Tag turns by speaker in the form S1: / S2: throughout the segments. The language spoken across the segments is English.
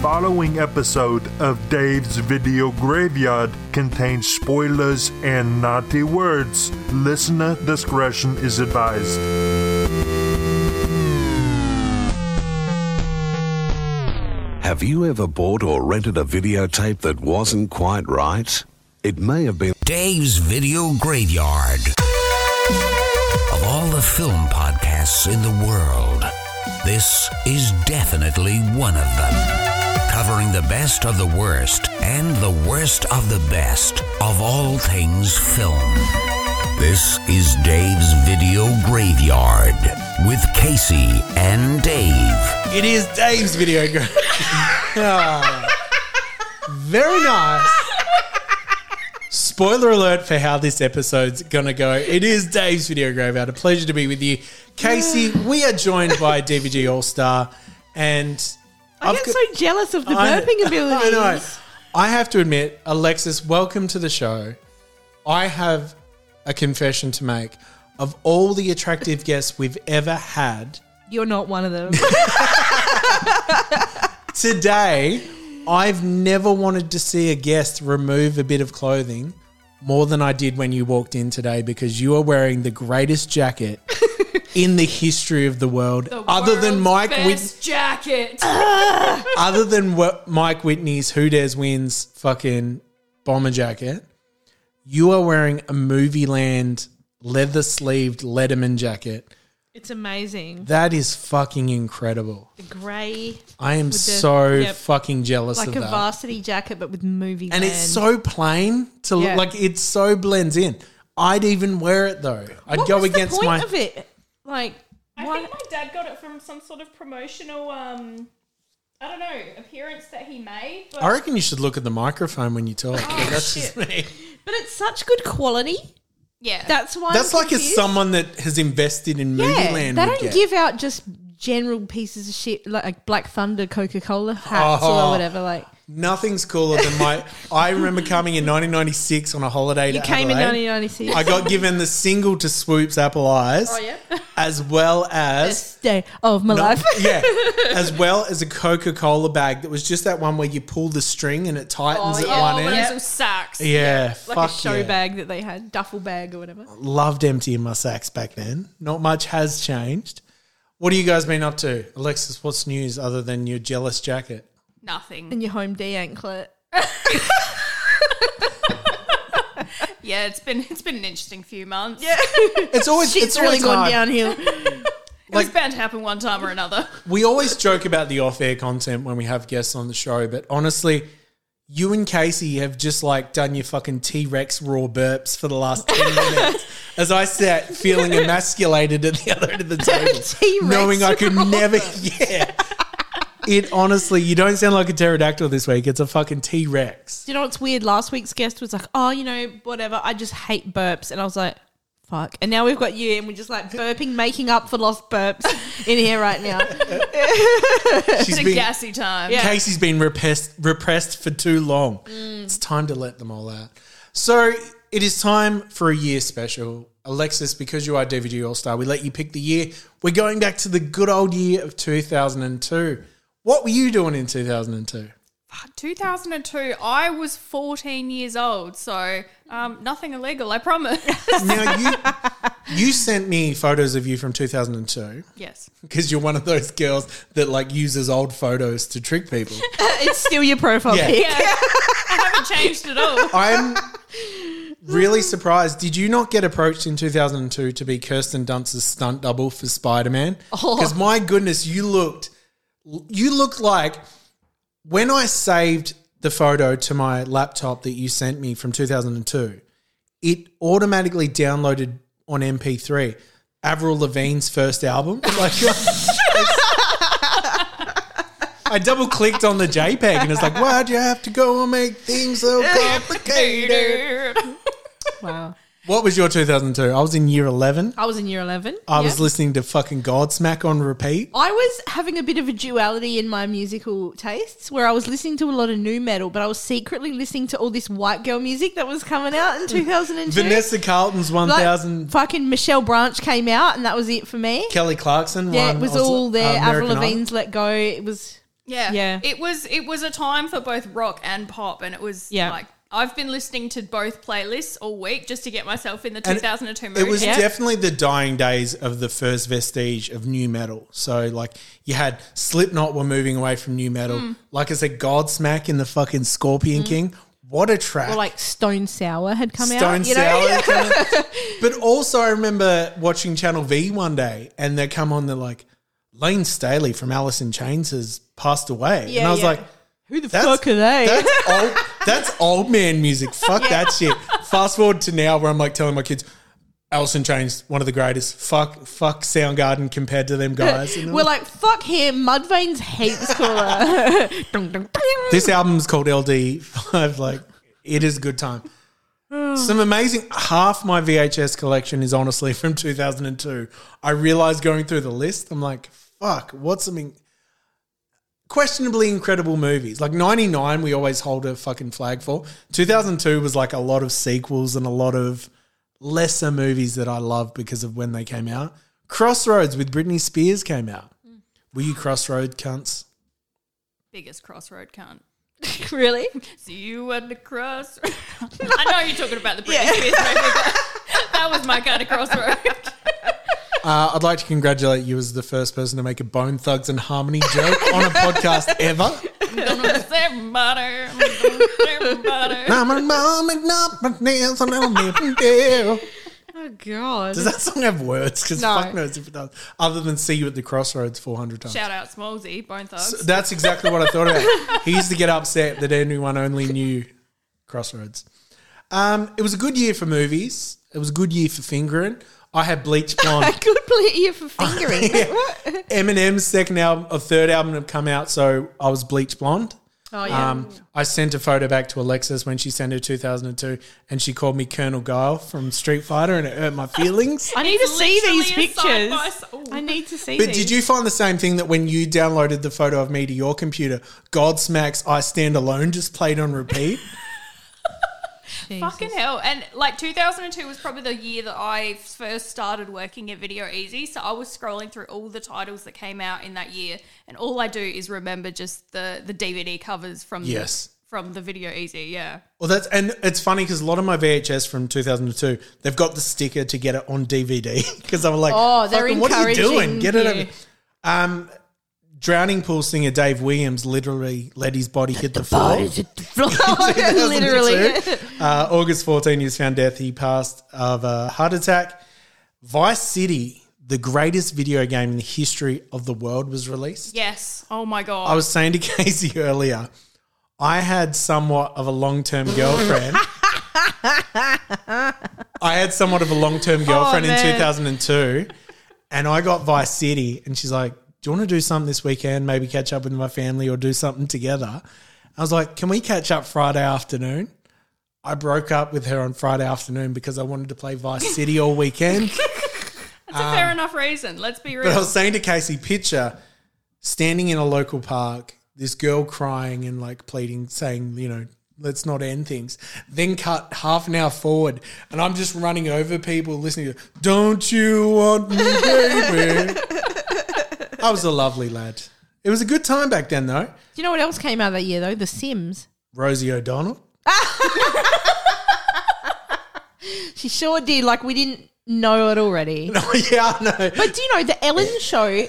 S1: following episode of Dave's Video Graveyard contains spoilers and naughty words. Listener discretion is advised.
S2: Have you ever bought or rented a videotape that wasn't quite right? It may have been
S3: Dave's Video Graveyard. Of all the film podcasts in the world, this is definitely one of them. Covering the best of the worst and the worst of the best of all things film. This is Dave's Video Graveyard with Casey and Dave.
S4: It is Dave's video girl. Ah. very nice. Spoiler alert for how this episode's gonna go. It is Dave's video graveyard. A pleasure to be with you, Casey. We are joined by DVG All Star, and
S5: I
S4: I've
S5: get
S4: got-
S5: so jealous of the
S4: I-
S5: burping abilities.
S4: I know. I have to admit, Alexis, welcome to the show. I have a confession to make. Of all the attractive guests we've ever had,
S5: You're not one of them.
S4: today, I've never wanted to see a guest remove a bit of clothing more than I did when you walked in today because you are wearing the greatest jacket in the history of the world, other than Mike Whit-
S6: jacket.
S4: other than what Mike Whitney's Who Dares Wins fucking bomber jacket. You are wearing a movie land leather sleeved Letterman jacket.
S5: it's amazing.
S4: That is fucking incredible.
S5: The grey,
S4: I am
S5: the-
S4: so
S5: yep.
S4: fucking jealous
S5: like
S4: of
S5: a
S4: that.
S5: varsity jacket, but with movie.
S4: and it's
S5: land.
S4: so plain to look
S5: Yeah.
S4: like it so blends in. I'd even wear it though. I'd
S5: What
S4: go
S5: was
S4: against
S5: the point
S4: my.
S5: of it? Like
S6: I
S5: why-
S6: think my dad got it from some sort of promotional, um, I don't know, appearance that he made. But
S4: I reckon you should look at the microphone when you talk.
S5: Oh,
S4: but that's just me.
S5: but it's such good quality.
S6: yeah,
S5: That's why.
S4: That's
S5: I'm
S4: like as
S5: confused.
S4: someone that has invested in movie
S5: Yeah, they
S4: land. would
S5: don't
S4: get.
S5: give out just general pieces of shit like, like Black Thunder, Coca Cola hats
S4: Oh.
S5: or whatever. Like
S4: Nothing's cooler than my. I remember coming in 1996 on a holiday.
S5: you
S4: to
S5: came in
S4: Adelaide.
S5: 1996.
S4: I got given the single to Swoop's Apple Eyes,
S6: oh yeah.
S4: as well as
S5: Best day of my
S4: No,
S5: life.
S4: yeah, as well as a Coca Cola bag that was just that one where you pull the string and it
S5: Oh,
S4: tightens at one end.
S6: some sacks.
S4: Yeah,
S5: like
S4: fuck
S5: a show
S4: yeah.
S5: bag that they had, duffel bag or whatever.
S4: Loved emptying my sacks back then. Not much has changed. What have you guys been up to, Alexis? What's news other than your jealous jacket?
S7: Nothing.
S5: And your home D anklet.
S7: Yeah, it's been it's been an interesting few months.
S5: Yeah.
S4: It's always
S5: Shit's
S4: it's
S5: really
S4: always
S5: gone
S4: hard.
S5: downhill.
S7: it was bound to happen one time or another.
S4: We always joke about the off air content when we have guests on the show, but honestly, you and Casey have just like done your fucking T Rex raw burps for the last ten minutes. As I sat feeling emasculated at the other end of the table,
S5: T-Rex
S4: knowing I could
S5: raw
S4: never. Yeah, it honestly, you don't sound like a pterodactyl this week. It's a fucking T Rex.
S5: Do you know what's weird? Last week's guest was like, oh, you know, whatever. I just hate burps. And I was like, fuck. And now we've got you and we're just like burping, making up for lost burps in here right now.
S4: She's
S7: It's a
S4: been,
S7: gassy time.
S5: Yeah.
S4: Casey's been repressed, repressed for too long. It's time to let them all out. So it is time for a year special. Alexis, because you are DVD All Star, we let you pick the year. We're going back to the good old year of 2002. What were you doing in 2002?
S7: 2002. I was 14 years old, so um, nothing illegal. I promise.
S4: now, you, you sent me photos of you from 2002
S7: yes.
S4: because you're one of those girls that like uses old photos to trick people.
S5: it's still your profile
S4: Yeah.
S5: pic.
S7: Yeah. I haven't changed at all.
S4: I'm really surprised. Did you not get approached in 2002 to be Kirsten Dunst's stunt double for Spider Man? Because my goodness, you looked, you looked like when I saved the photo to my laptop that you sent me from 2002, it automatically downloaded on MP3 Avril Lavigne's first album. Like. I double clicked on the JPEG and it's like, why'd you have to go and make things so complicated?
S5: Wow.
S4: What was your 2002? I was in year 11.
S5: I was in year 11.
S4: I was
S5: Yeah.
S4: listening to fucking Godsmack on repeat.
S5: I was having a bit of a duality in my musical tastes where I was listening to a lot of new metal, but I was secretly listening to all this white girl music that was coming out in 2002.
S4: Vanessa Carlton's 1000.
S5: Like, fucking Michelle Branch came out and that was it for me.
S4: Kelly Clarkson.
S5: Yeah,
S4: won
S5: it was
S4: Oz-
S5: all there.
S4: uh,
S5: Avril
S4: American Idol.
S5: Lavigne's Let Go. It was
S7: Yeah.
S5: Yeah.
S7: It was it was a time for both rock and pop and it was
S5: Yeah.
S7: like I've been listening to both playlists all week just to get myself in the
S4: And
S7: 2002 mood.
S4: It was
S5: Yeah.
S4: definitely the dying days of the first vestige of new metal. So, like, you had Slipknot were moving away from new metal.
S5: Hmm.
S4: Like I said, Godsmack in the fucking Scorpion King. What a track.
S5: Or Hmm. like Stone Sour had come
S4: Stone
S5: out. You know?
S4: Sour. kinda. But also, I remember watching Channel V one day, and they come on. They're like, Lane Staley from Alice in Chains has passed away, and
S5: Yeah,
S4: I was
S5: yeah.
S4: like,
S5: Who the
S4: That's-
S5: fuck are they?
S4: That's old. That's old man music. Fuck that shit. Fast forward to now, where I'm like telling my kids. Alice in Chains, one of the greatest. Fuck, fuck Soundgarden compared to them guys. And I'm
S5: We're like, fuck him. Mudvayne's hates Cora. Dun, dun, dun.
S4: this album's called LD5. Like, it is a good time. Some amazing. Half my VHS collection is honestly from 2002. I realized going through the list, I'm like, fuck, what's some in- questionably incredible movies? Like 99, we always hold a fucking flag for. 2002 was like a lot of sequels and a lot of lesser movies that I love because of when they came out. Crossroads with Britney Spears came out. Were you Crossroad cunts?
S7: biggest crossroad cunt.
S5: really?
S7: So you at the crossroad. I know you're talking about the Britney Spears movie, but that was my kind of crossroad.
S4: Uh, I'd like to congratulate you as the first person to make a Bone Thugs and Harmony joke on a podcast ever.
S7: Gonna save butter, gonna save butter.
S4: I'm a mom and not my nails on a living deal.
S5: Oh, God.
S4: Does that song have words? Because
S5: No.
S4: fuck knows if it does. Other than see you at the crossroads 400 times.
S7: Shout out Smallsy, Bone Thugs.
S4: So that's exactly what I thought about. He used to get upset that anyone only knew Crossroads. Um, it was a good year for movies. It was a good year for fingering. I had Bleach Blonde.
S5: I could play it here for fingering. What?
S4: Eminem's second album or third album had come out, so I was bleach blonde.
S5: Oh, yeah.
S4: Um, I sent a photo back to Alexis when she sent her 2002, and she called me Colonel Guile from Street Fighter, and it hurt my feelings.
S5: I need to see these
S7: literally a side
S5: pictures.
S7: by side-
S5: I need to see
S4: But
S5: these.
S4: did you find the same thing that when you downloaded the photo of me to your computer, Godsmack's "I Stand Alone" just played on repeat?
S7: Fucking hell. And like 2002 was probably the year that I first started working at Video Easy. So I was scrolling through all the titles that came out in that year. And all I do is remember just the, the DVD covers from,
S4: Yes.
S7: the, from the Video Easy. Yeah.
S4: Well, that's and it's funny because a lot of my VHS from 2002, they've got the sticker to get it on DVD because I'm like,
S5: Oh, they're
S4: "Fucking, what are you doing?
S5: encouraging
S4: Get it
S5: you.
S4: over. Um, drowning pool singer Dave Williams literally let his body hit the, floor.
S5: Literally.
S4: 2002. Uh, August 14, he was found dead. He passed of a heart attack. Vice City, the greatest video game in the history of the world, was released.
S7: Yes. Oh my God.
S4: I was saying to Casey earlier, I had somewhat of a long term girlfriend. I had somewhat of a long term girlfriend in
S5: man.
S4: 2002, and I got Vice City, and she's like, Do you want to do something this weekend? Maybe catch up with my family or do something together. I was like, Can we catch up Friday afternoon? I broke up with her on Friday afternoon because I wanted to play Vice City all weekend.
S7: That's a fair enough reason. Let's be
S4: um, But I
S7: real.
S4: was saying to Casey, picture standing in a local park, this girl crying and like pleading, saying, you know, let's not end things. Then cut half an hour forward, and I'm just running over people listening to, Don't you want me, baby? I was a lovely lad. It was a good time back then, though.
S5: Do you know what else came out that year, though? The Sims.
S4: Rosie O'Donnell.
S5: She sure did. Like, we didn't know it already.
S4: No, yeah, I know.
S5: But do you know, the Ellen show.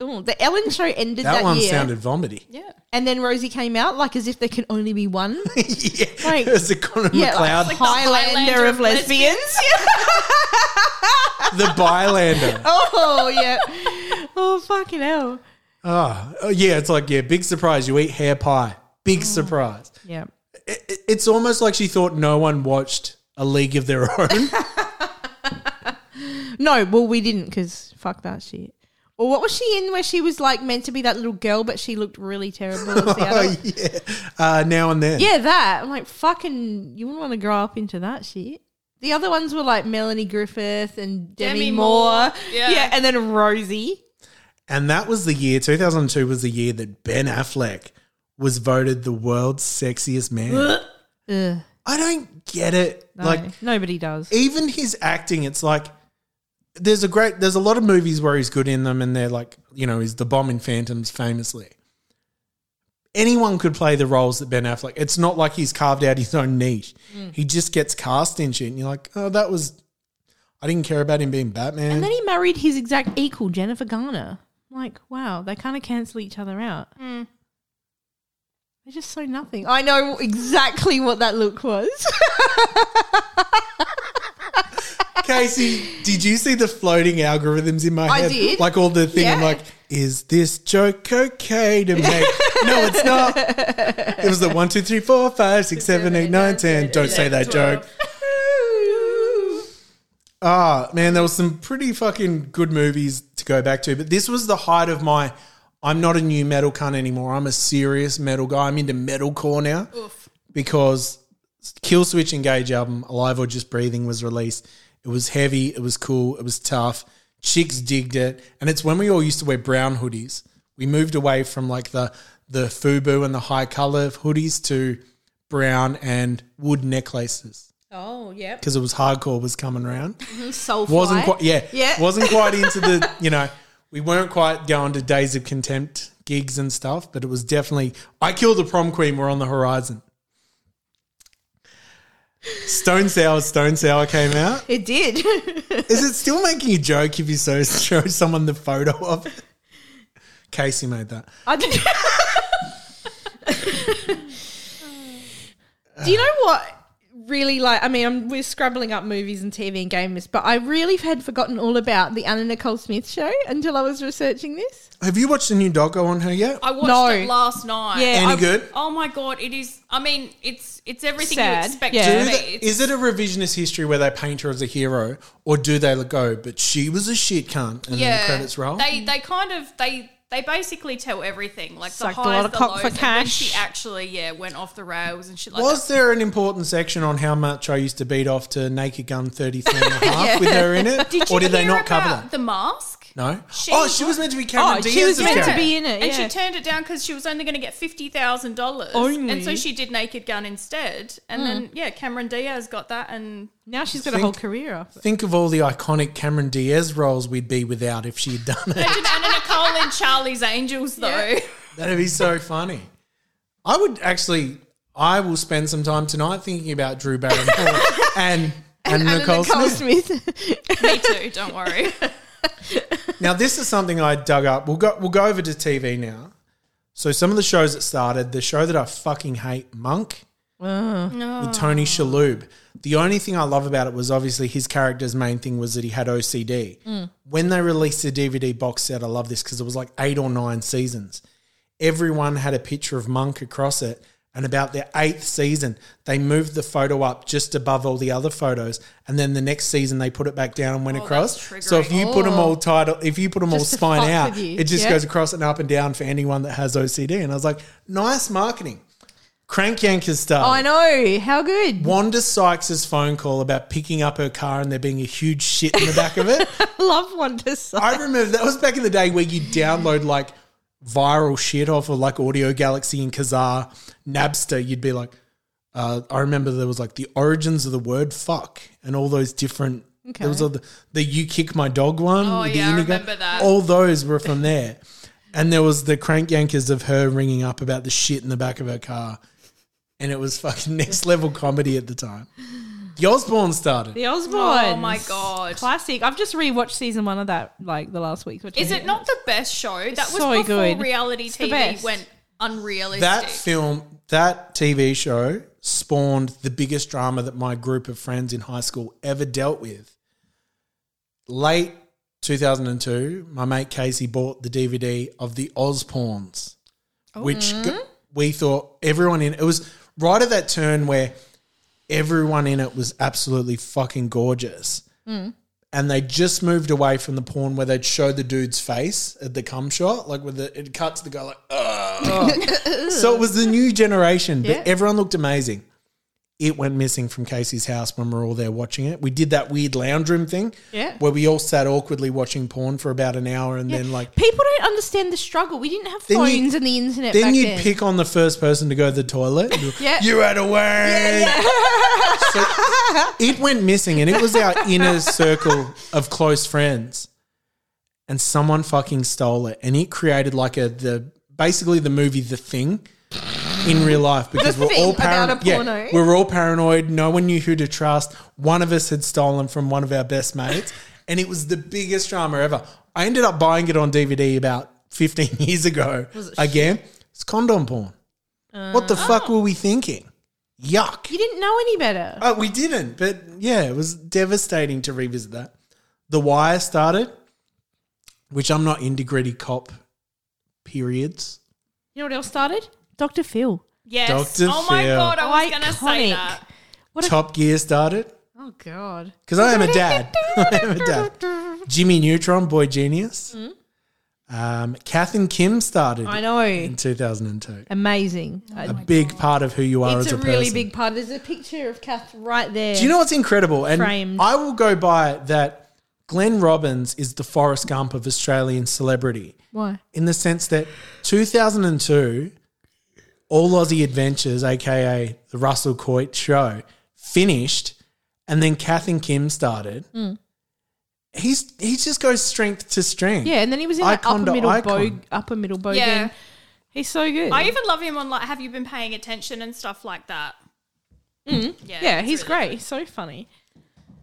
S5: Oh, the Ellen show ended that,
S4: That one
S5: year.
S4: sounded vomity.
S7: yeah.
S5: and then Rosie came out, like, as if there can only be one.
S4: yeah.
S5: Like-
S4: it was a Conor
S5: yeah,
S4: McLeod,
S5: like
S7: the
S5: Highlander,
S7: Highlander
S5: of
S7: of lesbians.
S5: lesbians. Yeah.
S4: the bylander.
S5: oh, yeah. Oh, fucking hell.
S4: Ah, oh, yeah, it's like yeah, big surprise. You eat hair pie.
S5: Mm.
S4: Big surprise.
S5: Yeah.
S4: I- I- It's almost like she thought no one watched a league of their own.
S5: No, well, we didn't because fuck that shit. Or what was she in where she was like meant to be that little girl, but she looked really terrible as the
S4: Oh,
S5: adult?
S4: yeah, uh, now and then.
S5: Yeah, that. I'm like, fucking, you wouldn't want to grow up into that shit. The other ones were like Melanie Griffith and Demi,
S7: Demi
S5: Moore.
S7: Moore,
S5: Yeah.
S7: yeah.
S5: and then Rosie.
S4: And that was the year 2002 was the year that Ben Affleck was voted the world's sexiest man.
S5: Ugh,
S4: I don't get it.
S5: no,
S4: Like
S5: nobody does.
S4: even his acting, it's like there's a great there's a lot of movies where he's good in them and they're like, you know, he's the bomb in Phantoms famously. anyone could play the roles that Ben Affleck. It's not like he's carved out his own niche.
S5: Mm.
S4: He just gets cast in shit, and you're like, oh, that was. I didn't care about him being Batman.
S5: And then he married his exact equal, Jennifer Garner. Like, wow, they kind of cancel each other out. They're just so nothing. I know exactly what that look was.
S4: Casey, did you see the floating algorithms in my
S5: I
S4: head?
S5: did.
S4: Like all the thing. I'm
S5: Yeah.
S4: like, is this joke okay to make? no, it's not. It was the one, two, three, four, five, six, seven, eight, nine, ten. Don't say that joke. Ah, man, there was some pretty fucking good movies to go back to, but this was the height of my. I'm not a new metal cunt anymore. I'm a serious metal guy. I'm into metalcore now because Kill Switch Engage album, Alive or Just Breathing, was released. It was heavy, it was cool, it was tough. Chicks digged it. And it's when we all used to wear brown hoodies. We moved away from like the the FUBU and the high color hoodies to brown and wood necklaces
S5: oh, yep.
S4: because it was hardcore was coming around.
S5: Soulfly.
S4: Wasn't quite yeah,
S5: Yeah.
S4: wasn't quite into the, you know, we weren't quite going to days of contempt gigs and stuff, but it was definitely I killed the prom queen were on the horizon. Stone Sour, Stone Sour came out.
S5: It did.
S4: Is it still making a joke if you so show someone the photo of it? Casey made that.
S5: I did. Do you know what really like? I mean, I'm, we're scrabbling up movies and TV and games, but I really had forgotten all about the Anna Nicole Smith show until I was researching this.
S4: Have you watched the new doco on her yet?
S7: I watched
S5: No.
S7: it last night.
S5: Yeah,
S4: Any
S5: I-
S4: good?
S7: Oh my god, it is. I mean, it's it's everything
S5: Sad.
S7: you expect.
S5: Yeah.
S7: Yeah.
S4: Do
S7: It
S5: Do
S7: to
S4: they-
S7: be. It's-
S4: is it a revisionist history where they paint her as a hero, or do they go, but she was a shit cunt, and then the credits roll?
S7: They they kind of they they basically tell everything like
S5: Sucked a
S7: the
S5: lot
S7: highs,
S5: of
S7: the
S5: cock
S7: lows,
S5: for
S7: and when
S5: cash.
S7: she actually yeah went off the rails and shit like
S4: was
S7: that.
S4: there an important section on how much I used to beat off to Naked Gun 33 and a half with her in it?
S7: Did
S4: or
S7: you
S4: did they
S7: hear
S4: not cover
S7: about
S4: that?
S7: The mask.
S4: No.
S7: She-
S4: oh, she was meant to be Cameron
S5: Oh,
S4: Diaz.
S5: she was meant to be in it. yeah.
S7: And she turned it down because she was only going to get fifty thousand dollars,
S5: Only? Hmm.
S7: and so she did Naked Gun instead. And then yeah, Cameron Diaz got that, and
S5: now she's got
S4: Think-
S5: a whole career off. it.
S4: Think of all the iconic Cameron Diaz roles we'd be without if she had done it.
S7: Imagine Anna Nicole and Charlie's Angels though.
S4: That'd be so funny. I would actually, I will spend some time tonight thinking about Drew Barrymore and, and,
S5: Anna
S4: Nicole, Smith.
S5: Smith.
S7: Me too. Don't worry.
S4: Now, this is something I dug up. We'll go we'll go over to TV now. So some of the shows that started, the show that I fucking hate, Monk, with Tony Shalhoub. The only thing I love about it was obviously his character's main thing was that he had OCD.
S5: Mm.
S4: When they released the DVD box set, I love this because it was like eight or nine seasons. Everyone had a picture of Monk across it. And about their eighth season, they moved the photo up just above all the other photos, and then the next season they put it back down and went across. So if you put them all title, if you put them all
S5: Oh, Just to
S4: spine
S5: fuck
S4: out,
S5: with you.
S4: it just
S5: Yeah.
S4: goes across and up and down for anyone that has OCD. And I was like, nice marketing. Crank Yankers stuff.
S5: Oh, I know. How good?
S4: Wanda Sykes' phone call about picking up her car and there being a huge shit in the back of it.
S5: I love Wonder Side.
S4: I remember that was back in the day where you download like viral shit off of like Audio Galaxy and Kazaa, Napster. You'd be like, uh, I remember there was like the origins of the word fuck and all those different. There was all the, the you kick my dog one.
S7: Oh,
S4: the
S7: yeah, I remember that.
S4: All those were from there. And there was the crank yankers of her ringing up about the shit in the back of her car. And it was fucking next level comedy at the time. The Osbournes started.
S5: The Osbournes.
S7: Oh my God.
S5: Classic. I've just rewatched season one of that like the last week. or two.
S7: Is it not the best show? that was
S5: so
S7: before
S5: good.
S7: reality
S5: It's the
S7: TV
S5: best.
S7: went unrealistic.
S4: that film, that TV show spawned the biggest drama that my group of friends in high school ever dealt with. Late 2002, my mate Casey bought the DVD of The Oz Pawns, which g- we thought everyone in it was right at that turn where everyone in it was absolutely fucking gorgeous. And they just moved away from the porn where they'd show the dude's face at the cum shot, like with the, it cuts the guy like, so it was the new generation, but
S5: Yeah.
S4: everyone looked amazing. It went missing from Casey's house when we were all there watching it. We did that weird lounge room thing
S5: Yeah.
S4: where we all sat awkwardly watching porn for about an hour and then like
S5: People don't understand the struggle. We didn't have
S4: Then you-
S5: phones and the internet.
S4: then
S5: back
S4: you'd
S5: then.
S4: pick on the first person to go to the toilet.
S5: Yeah.
S4: You had a word. so it went missing and it was our inner circle of close friends. And someone fucking stole it. And it created like a the basically the movie The Thing in real life because
S5: The
S4: we're all
S5: thing about
S4: paranoid.
S5: a porno.
S4: Yeah, we were all paranoid. No one knew who to trust. One of us had stolen from one of our best mates, and it was the biggest drama ever. I ended up buying it on DVD about 15 years ago. Again, it's condom porn. what the fuck were we thinking? Yuck.
S5: Uh-huh. You didn't know any better.
S4: Oh, we didn't. But yeah, it was devastating to revisit that. The Wire started, which I'm not into gritty cop periods.
S5: You know what else started? Dr. Phil.
S7: Yes.
S4: Dr.
S7: Oh my
S4: Phil.
S7: god, I was going to say
S5: Iconic.
S7: that.
S5: What a-
S4: Top Gear started
S5: oh, God.
S4: because I am a dad. I am a dad. Jimmy Neutron, Boy Genius. Um, Kath and Kim started
S5: Hmm? I know.
S4: in 2002.
S5: Amazing. Uh,
S4: a big part of who you are
S5: it's
S4: as
S5: a,
S4: a,
S5: really
S4: person.
S5: big part. There's a picture of Kath right there.
S4: Do you know what's incredible? And
S5: Framed.
S4: I will go by that Glenn Robbins is the Forrest Gump of Australian celebrity.
S5: why?
S4: in the sense that 2002, All Aussie Adventures, aka the Russell Coit show, finished, and then Kath and Kim started.
S5: Mm.
S4: He's he just goes strength to strength.
S5: Yeah, and then he was in like
S4: Icon
S5: upper
S4: to
S5: middle
S4: icon.
S5: bow, upper middle bow.
S7: Yeah.
S5: game. he's so good.
S7: I even love him on like Have you been paying attention and stuff like that. Yeah,
S5: Mm. yeah,
S7: it's
S5: he's
S7: really
S5: great. He's so funny.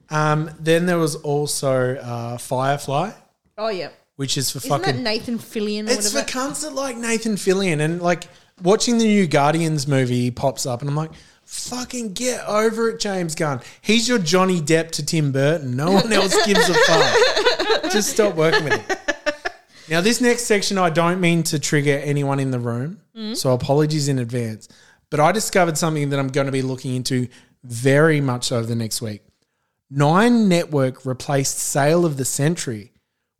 S4: Um. Then there was also uh, Firefly,
S5: Oh yeah,
S4: which is for
S5: isn't that
S4: fucking.
S5: Nathan Fillion? Or
S4: It's for
S5: whatever?
S4: cunts that like Nathan Fillion and like watching the new Guardians movie pops up, and I'm like. Fucking get over it, James Gunn. He's your Johnny Depp to Tim Burton. No one else gives a fuck. just stop working with it. Now, this next section, I don't mean to trigger anyone in the room, so apologies in advance. But I discovered something that I'm going to be looking into very much over the next week. Nine Network replaced Sale of the Century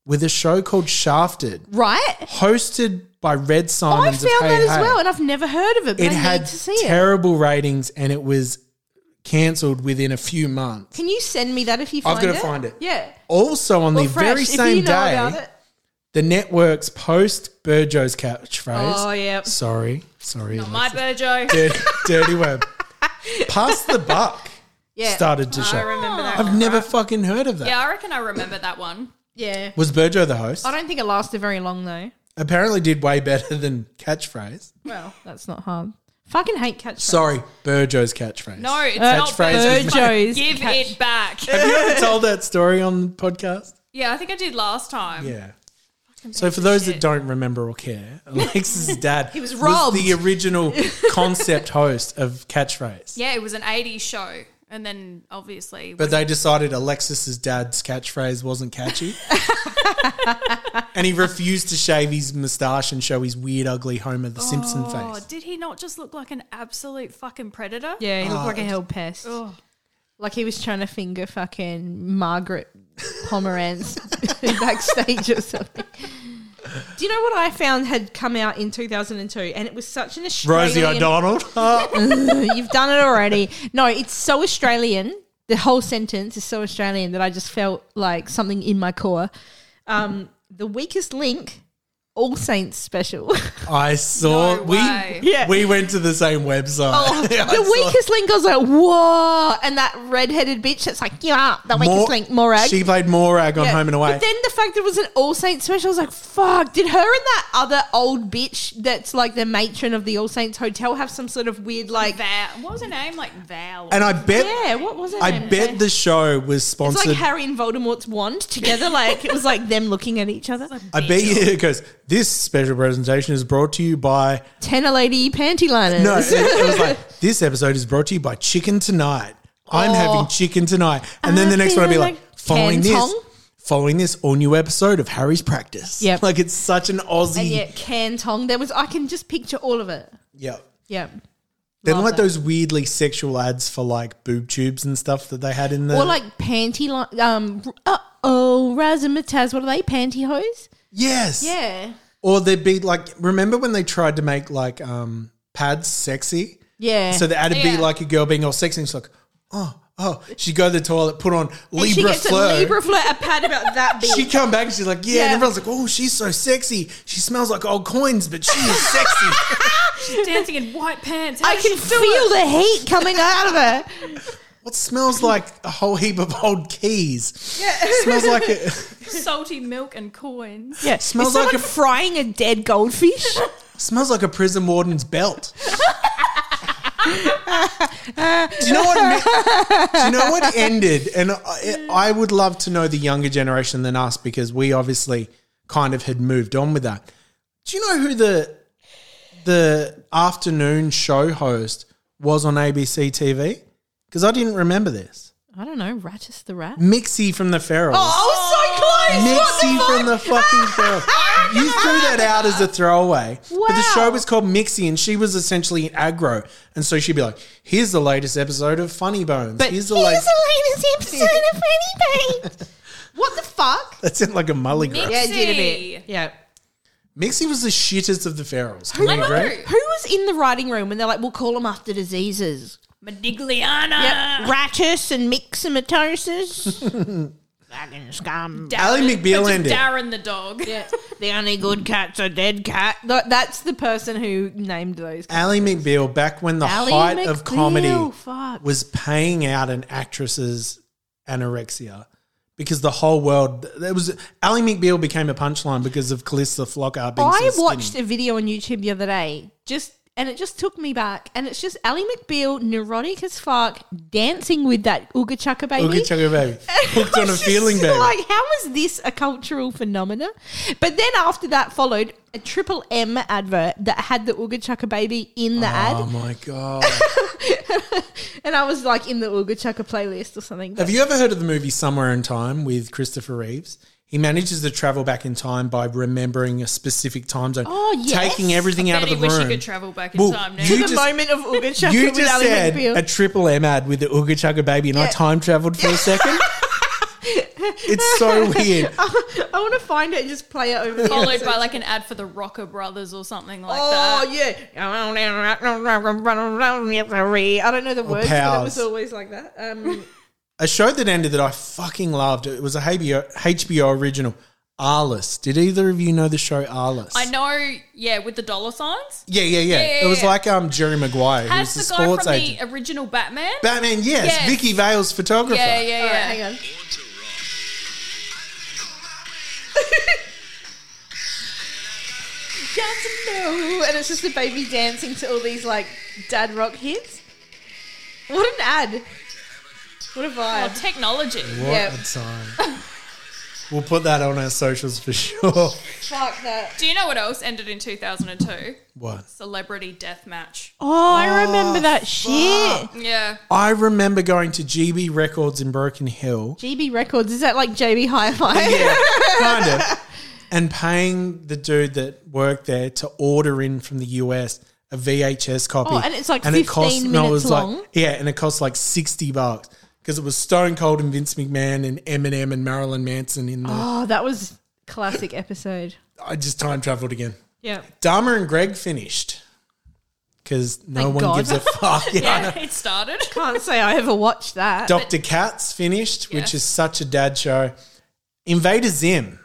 S4: with a show called Shafted,
S5: right.
S4: hosted by Red
S5: Oh, I
S4: Simons.
S5: found
S4: of
S5: that
S4: Hey
S5: as
S4: Hey.
S5: well, and I've never heard of it. But
S4: It
S5: I
S4: had
S5: need to see it.
S4: terrible ratings and it was cancelled within a few months.
S5: Can you send me that if you
S4: I've
S5: find it?
S4: gotta find it.
S5: Yeah.
S4: Also, on
S5: Or
S4: the very
S5: fresh, if
S4: same
S5: you know
S4: day,
S5: about it.
S4: the network's post Burjo's catchphrase.
S5: Oh, yep.
S4: Sorry, sorry.
S7: Not my
S4: Alexa.
S7: Burjo.
S4: dirty, dirty web. Pass the buck
S5: Yeah.
S4: started to
S7: I
S4: show.
S7: remember that.
S4: I've never fucking heard of that.
S7: Yeah, I reckon I remember that one.
S5: Yeah.
S4: Was Burjo the host?
S5: I don't think it lasted very long though.
S4: Apparently, did way better than catchphrase.
S5: Well, that's not hard. Fucking hate catchphrases.
S4: Sorry, Burjo's catchphrase.
S7: No, it's not
S4: Catchphrase
S7: Burjo.
S4: is
S5: Burjo's
S7: Give
S5: catch-
S7: it back.
S4: Have you ever told that story on the podcast?
S7: yeah, I think I did last time.
S4: Yeah. So for those that don't remember or care, Alexis' dad he
S5: was robbed.
S4: the original concept host of catchphrase.
S7: Yeah, it was an 80s show. And then obviously.
S4: But they decided Alexis's dad's catchphrase wasn't catchy. and he refused to shave his moustache and show his weird, ugly Homer the Simpson
S7: oh,
S4: face.
S7: did he not just look like an absolute fucking predator?
S5: Yeah,
S4: Oh.
S5: he looked like a hell pest.
S7: Oh.
S5: Like he was trying to finger fucking Margaret Pomeranz backstage or something. Do you know what I found had come out in 2002? And it was such an
S4: Rosie
S5: Australian.
S4: O'Donnell.
S5: You've done it already. No, it's so Australian. The whole sentence is so Australian that I just felt like something in my core. Um, the weakest link, All Saints special.
S4: I saw
S7: No
S4: we
S7: way.
S5: Yeah.
S4: we went to the same website. I
S5: the
S4: saw-
S5: weakest link. I was like, whoa! And that redheaded bitch. That's like, yeah, the weakest
S4: Mor-
S5: link, Morag.
S4: She played Morag on
S5: Yeah.
S4: Home and Away.
S5: But then the fact that it was an All Saints special, I was like, fuck, did her and that other old bitch that's like the matron of the All Saints Hotel have some sort of weird, like.
S7: Val. What was her name? Like Val.
S4: and I bet
S5: Yeah, what was it?
S4: I bet the show was
S5: It's
S4: sponsored.
S5: like Harry and Voldemort's wand together. Like, it was like them looking at each other.
S4: I bet you it goes. This special presentation is brought to you by
S5: Tenor lady panty liners.
S4: No, it, it was like this episode is brought to you by Chicken Tonight. I'm having chicken tonight, and then
S5: I
S4: the next one I'll be
S5: feel
S4: like,
S5: Oh. like
S4: following this,
S5: Cantong.
S4: following this, all new episode of Harry's Practice.
S5: Yep.
S4: like it's such an
S5: and
S4: Aussie.
S5: yeah, Cantong. There was, I can just picture all of it.
S4: Yeah.
S5: Yeah.
S4: Then
S5: Love
S4: like
S5: it.
S4: those weirdly sexual ads for like boob tubes and stuff that they had in the
S5: Or like panty line. Um, uh oh, razzmatazz. What are they? Pantyhose?
S4: yes
S5: Yeah.
S4: Or there'd be like remember when they tried to make like um pads sexy.
S5: Yeah.
S4: So the ad would
S7: Yeah.
S4: be like a girl being all sexy and she's like, oh, oh. She'd go to the toilet, put on Libra
S5: And she gets
S4: Fleur.
S5: a Libra flirt, a pad about that big.
S4: She come back and she's like, yeah. And
S5: Yeah.
S4: everyone's like, oh, she's so sexy. She smells like old coins, but she is sexy.
S7: She's dancing in white pants. How
S5: I
S7: does
S5: can
S7: she do
S5: feel
S7: it?
S5: the heat coming out of her.
S4: what smells like a whole heap of old keys? Yeah. smells like a,
S7: salty milk and coins.
S5: Yeah,
S4: Smells
S5: Is someone
S4: like a-
S5: frying a dead goldfish.
S4: smells like a prison warden's belt. Do you know what? ne- do you know what ended? And I, I would love to know the younger generation than us because we obviously kind of had moved on with that. Do you know who the the afternoon show host was on ABC TV? Because I didn't remember this.
S5: I don't know. Ratchus the rat.
S4: Mixie from the Ferals.
S5: Oh, so close.
S4: Mixie from the fucking Ferals. You threw that out as a throwaway. But the show
S5: Wow.
S4: was called Mixie and she was essentially aggro. And so she'd be like, here's the latest episode of Funny Bones.
S5: But
S4: here's the latest.
S5: latest episode of Fanny Paint. What the fuck?
S4: That sounded like a mully grab.
S5: Yeah, it did a
S7: Mixie.
S5: bit. Yeah.
S4: Mixie was the shittest of the ferals. Can we agree?
S5: Who was in the writing room when they're like, we'll call them after diseases?
S7: Medigliana.
S5: Yep. Ratchus and myxomatosis. Fucking scum.
S4: Ally McBeal ended.
S7: Darren the dog. Yeah.
S5: The only good cat's a dead cat. Th- That's the person who named those.
S4: Ally McBeal, back when the
S5: Ally
S4: height of comedy
S5: McBeal, fuck.
S4: was paying out an actress's anorexia because the whole world it was Ally McBeal became a punchline because of Calista Flockhart being so
S5: I
S4: skinny.
S5: watched a video on YouTube the other day, just and it just took me back. And it's just Ali McBeal, neurotic as fuck, dancing with that Ooga Chaka baby.
S4: Oogie Chugga Baby. Hooked
S5: I
S4: on a
S5: was just
S4: feeling baby.
S5: Like, how is this a cultural phenomena? But then after that followed a Triple M advert that had the Ooga Chaka baby in the
S4: oh
S5: ad,
S4: my god.
S5: and I was like in the Ooga Chaka playlist or something.
S4: Have you ever heard of the movie Somewhere in Time with Christopher Reeves? He manages to travel back in time by remembering a specific time zone.
S5: Oh, yes.
S4: Taking everything out of the
S7: wish
S4: room.
S7: you could travel back in
S4: Well,
S7: time now.
S4: you
S5: the
S4: just-
S5: moment of Ooga Chaka
S4: You
S5: with
S4: just
S5: Ali
S4: said
S5: McBeal.
S4: a triple M ad with the Ooga Chugga baby, and I time traveled for a second. it's so weird.
S5: I want to find it and just play it over. the
S7: Followed
S5: episode.
S7: by like an ad for the Rocker Brothers or something like
S5: Oh
S7: that.
S5: yeah. I don't know the words, but it
S4: pals.
S5: was always like that. Um,
S4: A show that ended that I fucking loved. It was a HBO, HBO original, Arliss. Did either of you know the show Arliss?
S7: I know, yeah, with the dollar signs.
S4: Yeah, yeah, yeah.
S7: Yeah, yeah,
S4: it was
S7: yeah.
S4: like um Jerry Maguire, who was
S7: As
S4: the,
S7: the guy
S4: sports
S7: from
S4: agent.
S7: the original Batman.
S4: Batman, yes.
S7: Yes.
S4: Vicky Vale's photographer.
S7: yeah, yeah, yeah.
S5: all right, hang on. Just know, and it's just a baby dancing to all these like dad rock hits. What an ad! What a
S7: Oh,
S5: vibe!
S7: technology.
S4: What
S5: Yeah.
S4: a time. we'll put that on our socials for sure.
S5: Oh, Fuck that.
S7: Do you know what else ended in 2002?
S4: What?
S7: Celebrity death match.
S5: Oh, I remember that shit.
S7: Yeah.
S4: I remember going to GB Records in Broken Hill.
S5: GB Records is that like JB Hi-Fi?
S4: Yeah, kind of. And paying the dude that worked there to order in from the US a VHS copy.
S5: Oh, and it's like 15
S4: it
S5: minutes
S4: was like-
S5: long?
S4: yeah, and it cost like 60 bucks because it was Stone Cold and Vince McMahon and Eminem and Marilyn Manson in the.
S5: Oh, that was classic episode.
S4: I just time traveled again.
S5: Yeah.
S4: Dharma and Greg finished because no
S5: Thank
S4: one
S5: God.
S4: gives a fuck. Yeah, I know.
S7: it started.
S5: Can't say I ever watched that.
S4: Dr. Katz finished, which
S7: Yes.
S4: is such a dad show. Invader Zim.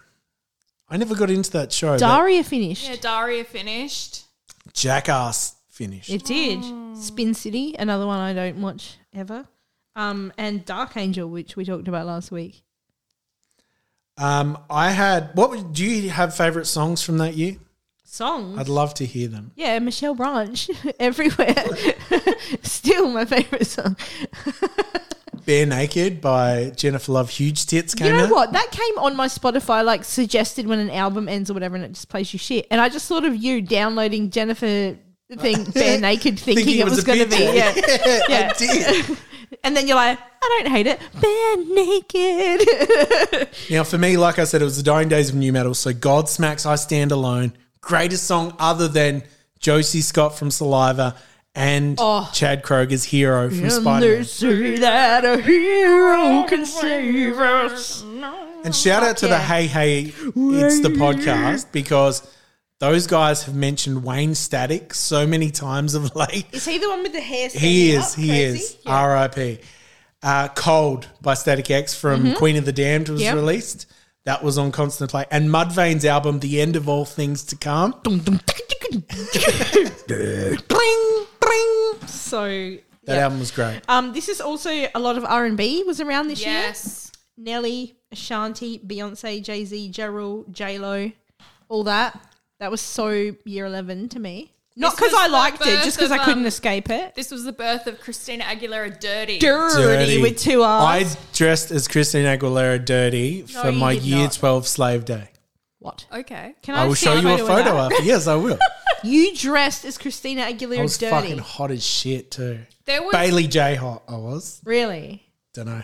S4: I never got into that show. but
S5: Daria finished.
S7: yeah, Daria finished.
S4: Jackass finished.
S5: It did. Spin City, another one I don't watch ever. Um, and Dark Angel, which we talked about last week.
S4: Um, I had what would- do you have favorite songs from that year?
S5: Songs.
S4: I'd love to hear them.
S5: yeah, Michelle Branch everywhere. Still my favorite song.
S4: Bare Naked by Jennifer Love Huge Tits came
S5: you know
S4: out.
S5: what? That came on my Spotify, like suggested when an album ends or whatever, and it just plays you shit. And I just thought of you downloading Jennifer thing bare naked thinking, it was,
S4: a
S5: going to be
S4: picture. I
S5: yeah.
S4: did.
S5: and then you're like i don't hate it bare naked
S4: Now, for me, like I said, it was the dying days of new metal. So Godsmack's I Stand Alone, greatest song other than Josie Scott from Saliva and
S5: Oh.
S4: Chad Kroger's Hero from Spider-Man.
S5: say that a hero can save us.
S4: And shout out to the Hey Hey It's the podcast because those guys have mentioned Wayne Static so many times of late.
S5: Is he the one with the
S4: He
S5: hair? standing
S4: is,
S5: up?
S4: he
S5: Crazy?
S4: is.
S5: Yeah.
S4: R.I.P. Uh, Cold by Static X from Queen of the Damned was
S5: Mm-hmm. Yep.
S4: released. That was on constant play. And Mudvayne's album, The End of All Things to Come.
S5: Dum, dum, tick, tick, tick. Bling, bling. So.
S4: That
S5: yeah.
S4: album was great.
S5: Um, this is also a lot of R and B was around this year.
S7: Yes.
S5: Nelly, Ashanti, Beyonce, Jay Z, Gerald, J Lo, all that. That was so year eleven to me. Not
S7: This
S5: because I
S7: was the
S5: liked it,
S7: birth
S5: just because
S7: of,
S5: I couldn't
S7: um,
S5: escape it.
S7: This was the birth of Christina Aguilera Dirty.
S5: Dirty, with two
S4: I
S5: R's.
S4: dressed as Christina Aguilera dirty for
S7: you
S4: my
S7: did
S4: year
S7: not.
S4: 12 slave day.
S5: what?
S7: Okay.
S5: Can
S4: I will
S5: see
S4: show you a
S5: of
S4: photo
S5: that?
S4: after. Yes, I will.
S5: You dressed as Christina
S4: I was
S5: Aguilera
S4: fucking
S5: dirty.
S4: hot as shit too.
S7: There was
S4: Bailey J hot I was.
S5: Really?
S4: Don't know.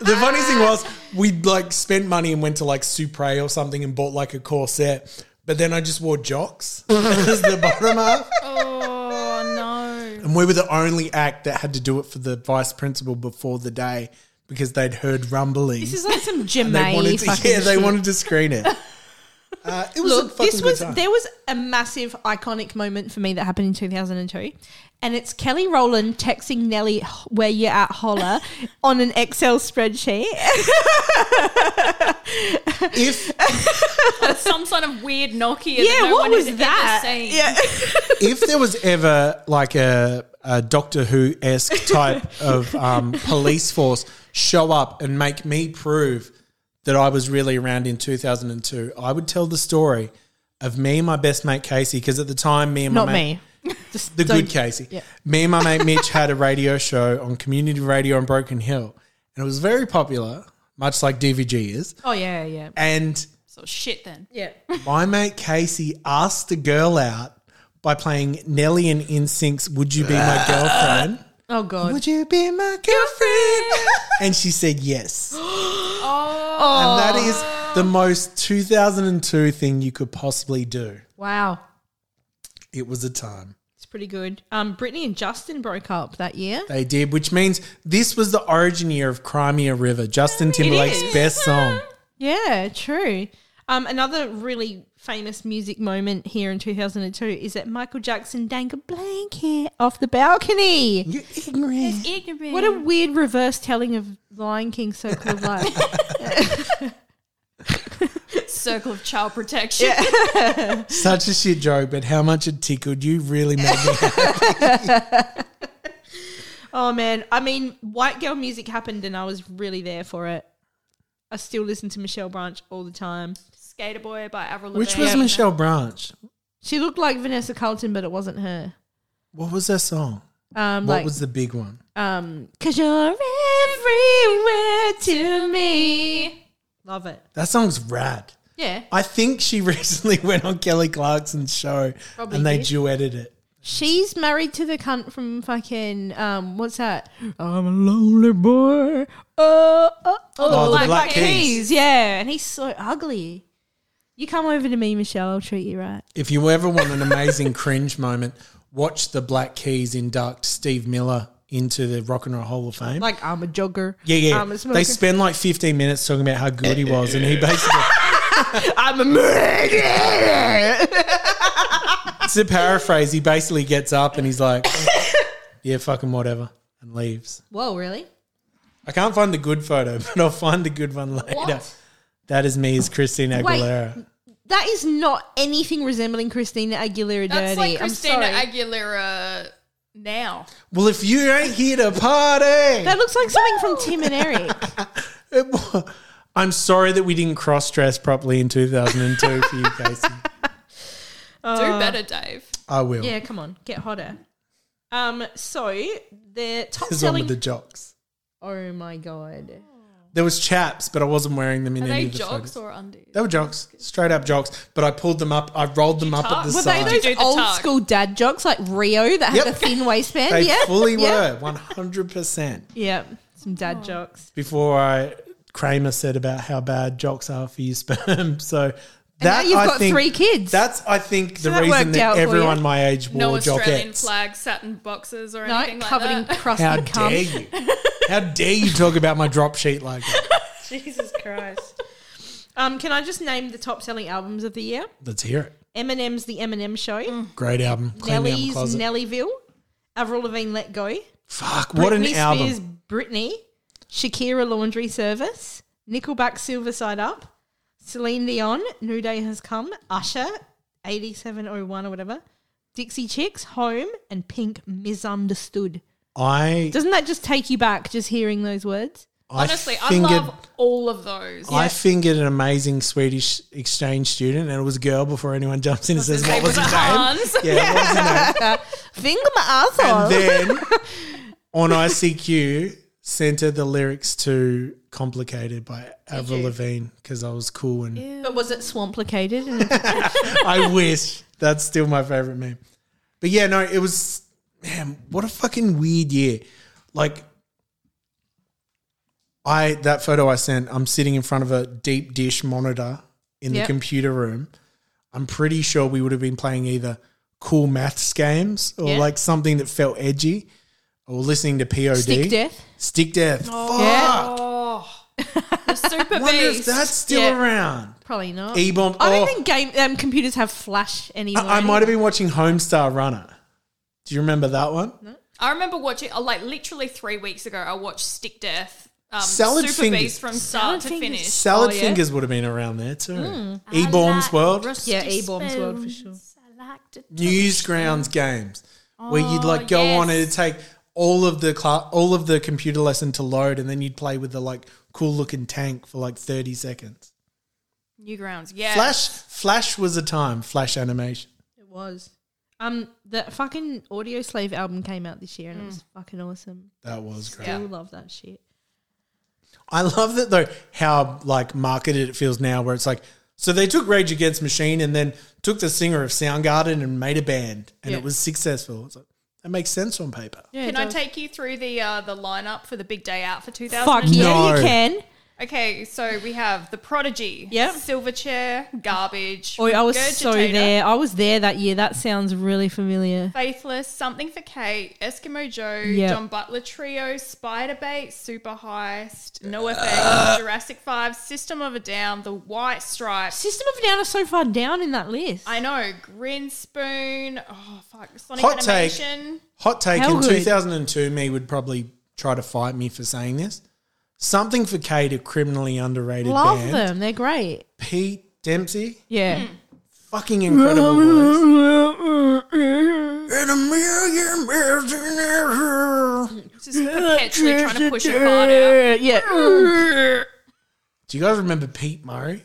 S4: the funny thing was we like spent money and went to like Supre or something and bought like a corset. But then I just wore jocks as the bottom half.
S7: Oh no.
S4: And we were the only act that had to do it for the vice principal before the day because they'd heard rumblings.
S5: This is like some
S4: they
S5: Jemay
S4: wanted to,
S5: fucking
S4: yeah, they
S5: shit.
S4: wanted to screen it. Uh, it was a
S5: Look,
S4: fucking
S5: this was
S4: good time.
S5: there was a massive iconic moment for me that happened in 2002, and it's Kelly Rowland texting Nelly where you at holler on an Excel spreadsheet.
S4: if
S7: Some sort of weird Nokia. that
S5: yeah,
S7: no
S5: what
S7: one
S5: was
S7: had ever
S5: that?
S7: seen.
S5: Yeah,
S4: if there was ever like a, a Doctor Who esque type of um, police force show up and make me prove that I was really around in 2002, I would tell the story of me and my best mate Casey because at the time me and my
S5: not
S4: mate,
S5: me. Just
S4: the
S5: don't-
S4: good Casey. Me and my mate Mitch had a radio show on community radio on Broken Hill, and it was very popular, much like DVG is.
S5: Oh yeah, yeah,
S4: And
S7: So shit then.
S5: yeah.
S4: my mate Casey asked a girl out by playing Nelly and Insync's "Would You Be My Girlfriend."
S5: Oh god.
S4: Would you be my girlfriend? and she said yes. And that is the most 2002 thing you could possibly do.
S5: Wow.
S4: It was a time.
S5: It's pretty good. Um, Brittany and Justin broke up that year.
S4: They did, which means this was the origin year of Crimea River, Justin Timberlake's
S5: is.
S4: best song.
S5: Yeah, true. Um, another really famous music moment here in 2002 is that Michael Jackson dang a blanket off the balcony.
S4: You're ignorant.
S7: Ignorant.
S5: What a weird reverse telling of Lion King Circle of Life.
S7: circle of child protection.
S4: Such a shit joke, but how much it tickled you really made me happy.
S5: oh man, I mean, white girl music happened and I was really there for it. I still listen to Michelle Branch all the time.
S7: Skater Boy by Avril
S4: Which
S7: Lavigne.
S4: was Michelle Branch?
S5: She looked like Vanessa Carlton, but it wasn't her.
S4: What was her song?
S5: Um,
S4: what
S5: like,
S4: was the big one?
S5: um, cause you're everywhere to me. Love it.
S4: That song's rad.
S5: Yeah.
S4: I think she recently went on Kelly Clarkson's show
S5: Probably
S4: and they
S5: did.
S4: duetted it.
S5: She's married to the cunt from fucking um, what's that? I'm a lonely boy. Oh, oh, oh,
S4: the
S5: Black,
S4: Black
S5: Keys.
S4: Keys.
S5: yeah. And he's so ugly. You come over to me, Michelle. I'll treat you right.
S4: If you ever want an amazing cringe moment, watch the Black Keys induct Steve Miller into the Rock and Roll Hall of Fame.
S5: Like I'm a jogger.
S4: yeah, yeah.
S5: I'm a smoker.
S4: They spend like 15 minutes talking about how good he was and he basically.
S5: I'm a murderer.
S4: to paraphrase, he basically gets up and he's like, "Yeah, fucking whatever," and leaves.
S5: Whoa, really?
S4: I can't find the good photo, but I'll find the good one later.
S5: What?
S4: That is me as Christine Aguilera.
S5: That is not anything resembling Christina Aguilera
S7: That's
S5: dirty.
S7: like
S5: I'm
S7: Christina
S5: sorry.
S7: Aguilera now.
S4: Well, if you ain't here to party,
S5: that looks like something from Tim and Eric.
S4: It wa- I'm sorry that we didn't cross dress properly in 2002 for you, Casey.
S5: Uh,
S7: Do better, Dave.
S4: I will.
S5: yeah, come on, get hotter. Um, so the
S4: There's
S5: top
S4: one
S5: selling.
S4: with the jocks.
S5: oh my god.
S4: There was chaps, but I wasn't wearing them in
S7: Are
S4: any
S7: they
S4: of the
S7: jocks
S4: photos.
S7: or undies?
S4: they were jocks, straight up jocks. But I pulled them up. I rolled them up
S7: tuck?
S4: at the
S5: Were
S4: side.
S5: they those
S7: Do the
S5: old
S7: tuck.
S5: school dad jokes like Rio that
S4: Yep.
S5: had the thin waistband?
S4: They
S5: yeah,
S4: fully
S5: yeah.
S4: were, 100%.
S5: Yeah, some dad jokes.
S4: before I Kramer said about how bad jocks are for your sperm. So
S5: now
S4: that
S5: you've
S4: I
S5: got
S4: think,
S5: three kids.
S4: That's I think the
S5: that
S4: reason
S5: worked
S4: that
S5: out for
S4: everyone
S5: you.
S4: my age wore
S7: No Australian
S4: jockettes.
S7: flag, satin boxes, or
S5: No,
S7: anything
S5: covered in
S7: like that.
S5: crusty
S4: How
S5: cum.
S4: dare you? How dare you talk about my drop sheet like that?
S6: Jesus Christ.
S5: Um, can I just name the top selling albums of the year?
S4: Let's hear it.
S5: Eminem's The Eminem Show,
S4: Great album. Clean me out the
S5: Nelly's
S4: closet.
S5: Nellyville, Avril Lavigne Let Go,
S4: Fuck, what an
S5: Britney Spears
S4: album.
S5: Britney, Shakira Laundry Service, Nickelback Silver Side Up, Celine Dion New Day Has Come, Usher 8701 or whatever, Dixie Chicks Home, and Pink Misunderstood.
S4: I
S5: Doesn't that just take you back just hearing those words?
S4: I
S7: Honestly, I,
S4: fingered-
S7: love all of those.
S4: I fingered an amazing Swedish exchange student, and it was a girl. Before anyone jumps in and says, "What was his name?"
S7: Hans?
S4: Yeah, what was his name?
S5: Finger my
S4: And
S5: asshole.
S4: then on ICQ, sent her the lyrics to "Complicated" by Avril Lavigne because I was cool and
S5: But was it swamplicated? And
S4: I wish that's still my favorite meme. But yeah, no, it was man, what a fucking weird year. Like I that photo I sent, I'm sitting in front of a deep dish monitor in
S5: Yep.
S4: the computer room. I'm pretty sure we would have been playing either cool maths games or
S5: Yeah.
S4: like something that felt edgy or listening to POD.
S5: stick death.
S4: Stick death.
S5: Yeah.
S4: Fuck.
S5: Oh.
S7: The super
S4: Wonder if
S7: beast.
S4: that's still
S5: Yeah.
S4: around.
S5: Probably not.
S4: E-bomb.
S5: I don't
S4: Oh.
S5: think game um, computers have flash anymore.
S4: I, I might have been watching Homestar Runner. Do you remember that one?
S7: I remember watching, uh, like literally three weeks ago, I watched Stick Death, um,
S4: Salad
S7: Super
S4: Fingers.
S7: Beast from start
S5: Salad
S7: to
S5: Fingers.
S7: finish.
S4: Salad
S5: Oh, yeah. Hmm.
S4: Fingers would have been around there too. E Bombs World,
S5: Yeah, E bombs world for sure.
S4: Newsgrounds games, where you'd like go
S7: yes.
S4: on and it'd take all of the cla all of the computer lesson to load, and then you'd play with the like cool looking tank for like thirty seconds.
S7: Newgrounds, yeah.
S4: Flash, Flash was a time. Flash animation.
S5: It was. Um, the fucking Audio Slave album came out this year and it was fucking awesome.
S4: That was great.
S5: Still love that shit.
S4: I love that though. How like marketed it feels now, where it's like. So they took Rage Against Machine and then took the singer of Soundgarden and made a band, and
S5: Yeah.
S4: it was successful. It's like, that makes sense on paper.
S5: Yeah,
S7: Can
S5: it
S7: I
S5: does.
S7: take you through the uh, the lineup for the big day out for
S5: Fuck
S7: 2000?
S5: yeah,
S4: No.
S5: you can.
S7: Okay, so we have the Prodigy,
S5: Yep.
S7: Silverchair, Garbage,
S5: Oh, I was so
S7: Regurgitator,
S5: there. I was there that year. That sounds really familiar.
S7: Faithless, Something for Kate, Eskimo Joe,
S5: Yep.
S7: John Butler Trio, Spider Bait, Super Heist, No
S4: Uh.
S7: Effect, Jurassic Five, System of a Down, The White Stripes.
S5: System of a Down is so far down in that list.
S7: I know, Grinspoon. Oh fuck, Sonic
S4: Hot take.
S7: Animation.
S4: Hot take
S5: How
S4: in
S5: good?
S4: 2002, me would probably try to fight me for saying this. Something for Kate, a criminally underrated
S5: Love
S4: band.
S5: them. They're great.
S4: Pete Dempsey,
S5: Yeah.
S4: fucking incredible voice. And a million millionaires.
S7: Just perpetually trying to push it hard out.
S5: Yeah.
S4: Do you guys remember Pete Murray?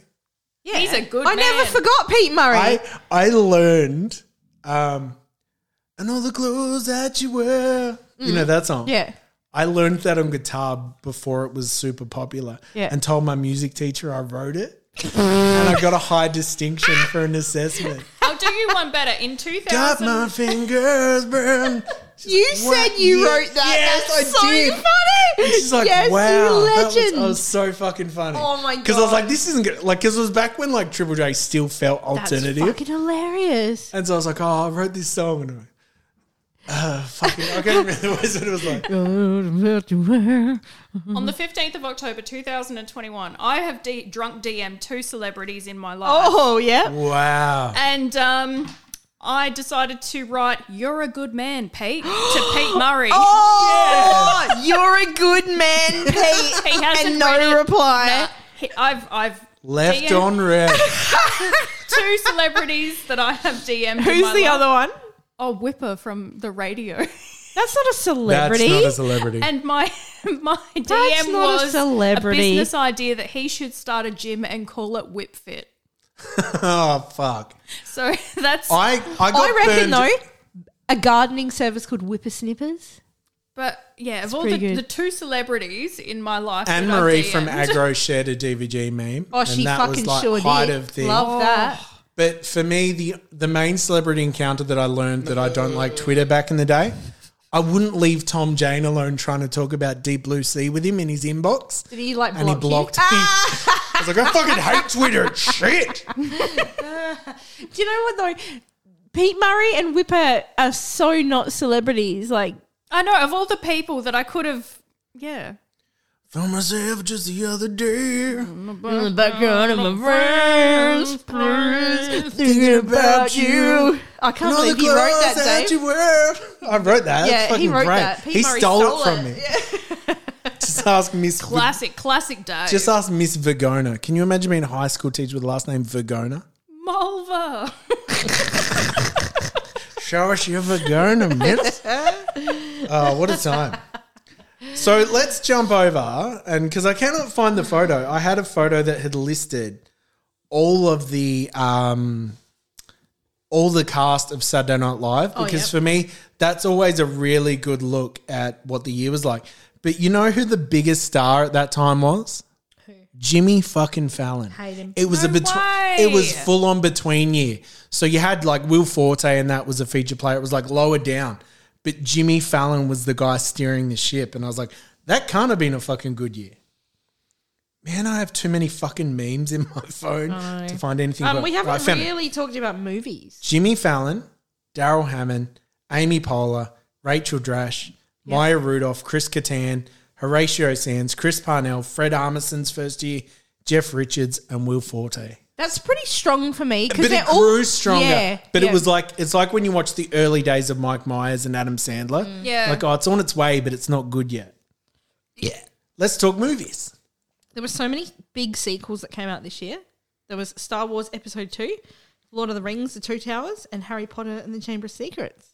S5: yeah.
S7: He's a good
S5: I never
S7: man.
S5: forgot Pete Murray.
S4: I I learned, um, and all the clothes that you wear. You know that song.
S5: Mm. yeah.
S4: I learned that on guitar before it was super popular
S5: Yeah.
S4: and told my music teacher I wrote it. and I got a high distinction for an assessment.
S7: I'll do you one better. In
S4: Got my
S7: 2000,
S4: fingers burned.
S5: You
S4: What?
S5: said you
S4: Yes,
S5: wrote that.
S4: yes,
S5: That's
S4: I
S5: so
S4: did.
S5: funny.
S4: She's like,
S5: yes,
S4: wow.
S5: you
S4: that was-
S5: legend.
S4: I was so fucking funny.
S5: Oh my
S4: Because I was
S5: God.
S4: like, this isn't good. Like, because it was back when like Triple J still felt alternative.
S5: That's fucking hilarious.
S4: and so I was like, oh, I wrote this song. And I went, uh, fucking, I can't remember the words, but it was like,
S7: on the 15th of October 2021, I have D- drunk DM two celebrities in my life.
S5: Oh yeah.
S4: wow.
S7: And um, I decided to write "You're a good man, Pete" to Pete Murray.
S5: Oh, you're a good man, Pete.
S7: He
S5: and
S7: hasn't
S5: no
S7: read it.
S5: reply.
S7: He- I've I've
S4: Left
S7: DM
S4: on red.
S7: two celebrities that I have DM'd. in
S5: Who's
S7: my
S5: the
S7: life.
S5: other one?
S7: Oh, Whipper from the radio.
S5: That's not a celebrity.
S4: That's not a celebrity.
S7: And my my DM
S5: That's not a
S7: was
S5: celebrity.
S7: business idea that he should start a gym and call it Whip Fit.
S4: oh fuck!
S7: So that's
S4: I I got
S5: I reckon
S4: burned.
S5: though, a gardening service called Whippersnippers.
S7: but yeah, of all the,
S5: pretty good.
S7: the two celebrities in my life,
S4: Anne
S7: that I
S4: Marie from
S7: DM'd.
S4: Agro shared a DVG meme.
S5: Oh, she fucking sure
S4: height
S5: did. Oh.
S4: of thing.
S5: Love that.
S4: But for me, the the main celebrity encounter that I learned that I don't like Twitter back in the day. I wouldn't leave Tom Jane alone trying to talk about Deep Blue Sea with him in his inbox.
S5: Did he like block
S4: And he blocked
S5: you? Ah,
S4: me. I was like, I fucking hate Twitter. It's Shit.
S5: Do you know what though? Pete Murray and Whipper are so not celebrities. Like
S7: I know of all the people that I could have. Yeah,
S4: Found myself just the other day.
S5: in the background of my friends, friends,
S4: Thinking about you.
S5: I can't
S4: Not
S5: believe
S4: the
S5: you wrote
S4: clothes
S5: that, Dave.
S4: you wear. I wrote that. That's
S5: Yeah,
S4: fucking
S5: he wrote
S4: great.
S5: that. Pete
S4: he
S5: Murray
S4: stole,
S5: stole
S4: it from
S5: it.
S4: me. Just ask Miss
S7: classic, classic day.
S4: Just ask Miss Vergona. Can you imagine being a high school teacher with the last name Vergona?
S7: Mulva.
S4: Show us your Vergona, miss. oh, what a time. So let's jump over, and because I cannot find the photo, I had a photo that had listed all of the um, all the cast of Saturday Night Live. Because
S5: yep.
S4: for me, that's always a really good look at what the year was like. But you know who the biggest star at that time was? Jimmy fucking Fallon.
S5: Hate him.
S4: It was a between. It was full on between year. So you had like Will Forte, and that was a feature player. It was like lower down, but Jimmy Fallon was the guy steering the ship, and I was like, that can't have been a fucking good year. Man, I have too many fucking memes in my phone to find anything.
S5: Um,
S4: but-
S5: we
S4: but I
S5: haven't
S4: found it.
S5: really talked about movies.
S4: Jimmy Fallon, Daryl Hammond, Amy Poehler, Rachel Drash, Maya Rudolph, Chris Kattan, Horatio Sands, Chris Parnell, Fred Armisen's first year, Jeff Richards, and Will Forte.
S5: That's pretty strong for me because
S4: But
S5: they're
S4: it
S5: all
S4: grew stronger.
S5: Yeah,
S4: but
S5: yeah.
S4: it was like it's like when you watch the early days of Mike Myers and Adam Sandler.
S5: Mm.
S7: Yeah.
S4: Like, oh, it's on its way, but it's not good yet. Yeah. Let's talk movies.
S5: there were so many big sequels that came out this year. There was Star Wars Episode Two, Lord of the Rings: The Two Towers, and Harry Potter and the Chamber of Secrets.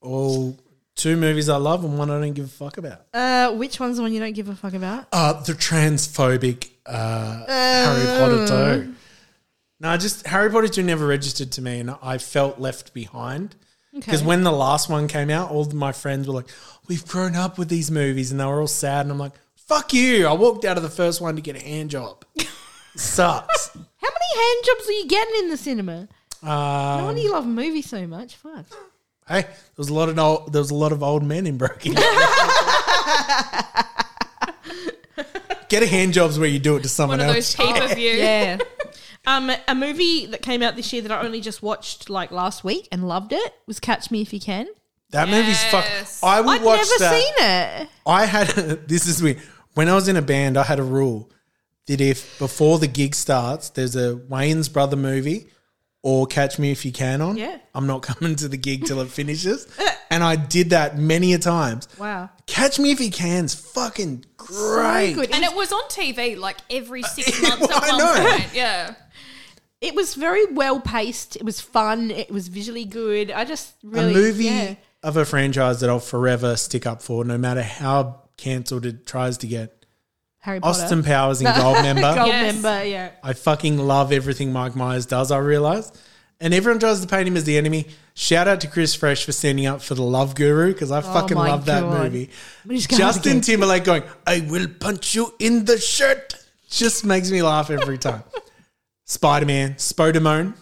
S4: All two movies I love and one I don't give a fuck about.
S5: Uh, which one's the one you don't give a fuck about?
S4: Uh, the transphobic uh, Harry
S5: Um.
S4: Potter 2. No, just Harry Potter 2 never registered to me and I felt left behind. Because
S5: Okay.
S4: when the last one came out, all of my friends were like, we've grown up with these movies and they were all sad. And I'm like, fuck you. I walked out of the first one to get a hand job. Sucks.
S5: How many hand jobs are you getting in the cinema?
S4: Uh,
S5: No wonder you love movies so much. Fuck.
S4: hey, there was a lot of old, there was a lot of old men in Broken. get a hand job's where you do it to someone
S7: One of
S4: else.
S7: those pay per view.
S5: Yeah. um, a movie that came out this year that I only just watched like last week and loved it was Catch Me If You Can.
S4: That movie's
S7: Yes.
S4: fuck. I would
S5: I've
S4: watch
S5: never
S4: that.
S5: seen it.
S4: I had this is weird. When I was in a band, I had a rule that if before the gig starts, there's a Wayne's Brother movie or Catch Me If You Can on,
S5: Yeah. Uh.
S4: I'm not coming to the gig till it finishes. and I did that many a times.
S5: Wow.
S4: Catch Me If You Can's fucking great.
S5: Good.
S7: And it was on TV like
S5: Uh,
S7: every six months
S4: well,
S7: at
S4: I
S7: one
S4: know.
S7: point. Yeah.
S5: It was very well paced. It was fun. It was visually good. I just really
S4: a movie
S5: yeah.
S4: of a franchise that I'll forever stick up for, no matter how cancelled it tries to get.
S5: Harry Potter.
S4: Austin Powers and Gold Member.
S5: Gold
S7: Yes.
S5: member. Yeah.
S4: I fucking love everything Mike Myers does, I realize. And everyone tries to paint him as the enemy. Shout out to Chris Fresh for standing up for the Love Guru because I fucking
S5: Oh my
S4: love that
S5: God.
S4: movie.
S5: But he's going
S4: Justin
S5: again.
S4: Timberlake going, I will punch you in the shirt. Just makes me laugh every time. Spider Man, Spodemone.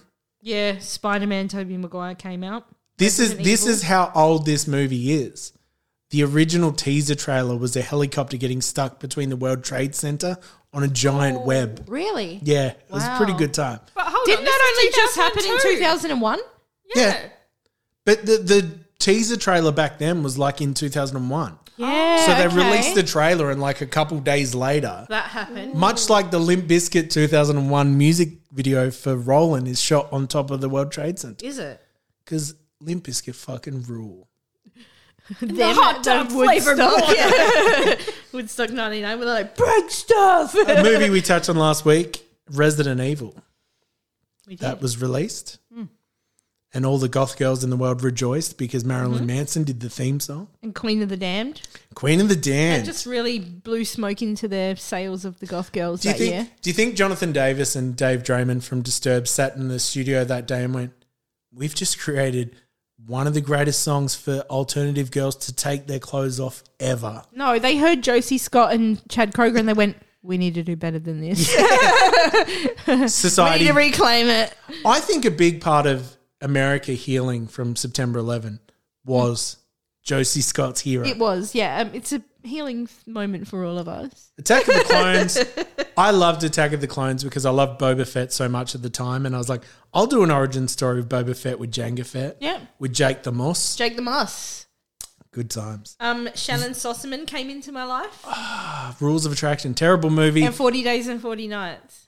S5: Yeah. Spider Man. Tobey Maguire came out.
S4: This is
S5: Resident
S4: this
S5: Evil.
S4: is how old this movie is. The original teaser trailer was a helicopter getting stuck between the World Trade Center on a giant web.
S5: Really?
S4: Yeah, it was a pretty
S5: Oh. Wow.
S4: good time.
S7: But hold
S5: Didn't
S7: on.
S5: that only just happen in
S7: two thousand?
S5: 2001?
S4: Yeah. But the, the teaser trailer back then was like in 2001.
S5: Yeah.
S4: so they released the trailer and like a couple days later,
S5: That happened.
S4: much like the Limp Bizkit 2001 music video for Roland is shot on top of the World Trade Center.
S5: Is it?
S4: Because Limp Bizkit fucking rule.
S5: them
S7: hot
S5: at
S7: tub
S5: the
S7: flavored
S5: Woodstock. Woodstock 99 were like, break stuff.
S4: A movie we touched on last week, Resident Evil,
S5: We did. Hmm.
S4: that was released. And all the goth girls in the world rejoiced because Marilyn
S5: Mm-hmm.
S4: Manson did the theme song.
S5: and Queen of the Damned.
S4: Queen of the
S5: That
S4: Damned.
S5: just really blew smoke into the sales of the goth girls
S4: Do you
S5: that
S4: think?
S5: year.
S4: Do you think Jonathan Davis and Dave Draymond from Disturbed sat in the studio that day and went, "We've just created one of the greatest songs for alternative girls to take their clothes off ever."
S5: No, they heard Josie Scott and Chad Kroger and they went, we need to do better than this. we need
S4: Society.
S5: to reclaim it.
S4: I think a big part of America healing from September 11 was Josie Scott's hero.
S5: It was, yeah. Um, it's a healing moment for all of us.
S4: Attack of the Clones. I loved Attack of the Clones because I loved Boba Fett so much at the time, and I was like, "I'll do an origin story of Boba Fett with Jango Fett,
S5: Yeah.
S4: with Jake the Moss."
S5: Jake the Moss.
S4: Good times.
S5: Um, Shannon Sossaman came into my life.
S4: Oh, Rules of Attraction, terrible movie.
S5: And 40 Days and 40 Nights.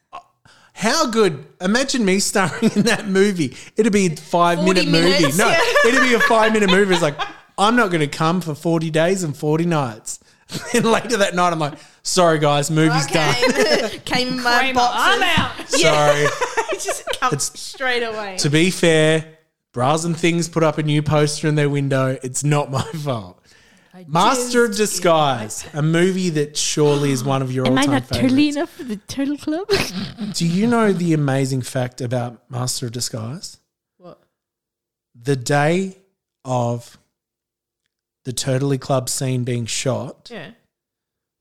S4: How good? Imagine me starring in that movie. It'd be a five
S5: 40
S4: minute movie.
S5: minutes,
S4: No,
S5: yeah.
S4: it'd be a five minute movie. It's like, I'm not going to come for 40 days and 40 nights. And later that night, I'm like, sorry, guys, movie's done.
S5: Came, came in my
S7: Kramer, I'm
S5: box.
S7: out.
S4: Sorry.
S5: just comes
S4: It's-
S5: straight away.
S4: to be fair, Bras and Things put up a new poster in their window. It's not my fault. Master of Disguise, a movie that surely is one of your
S5: Am I
S4: all-time
S5: not turtly
S4: favorites.
S5: enough for the turtle club?
S4: Do you know the amazing fact about Master of Disguise?
S5: what?
S4: The day of the Turtley Club scene being shot
S5: Yeah.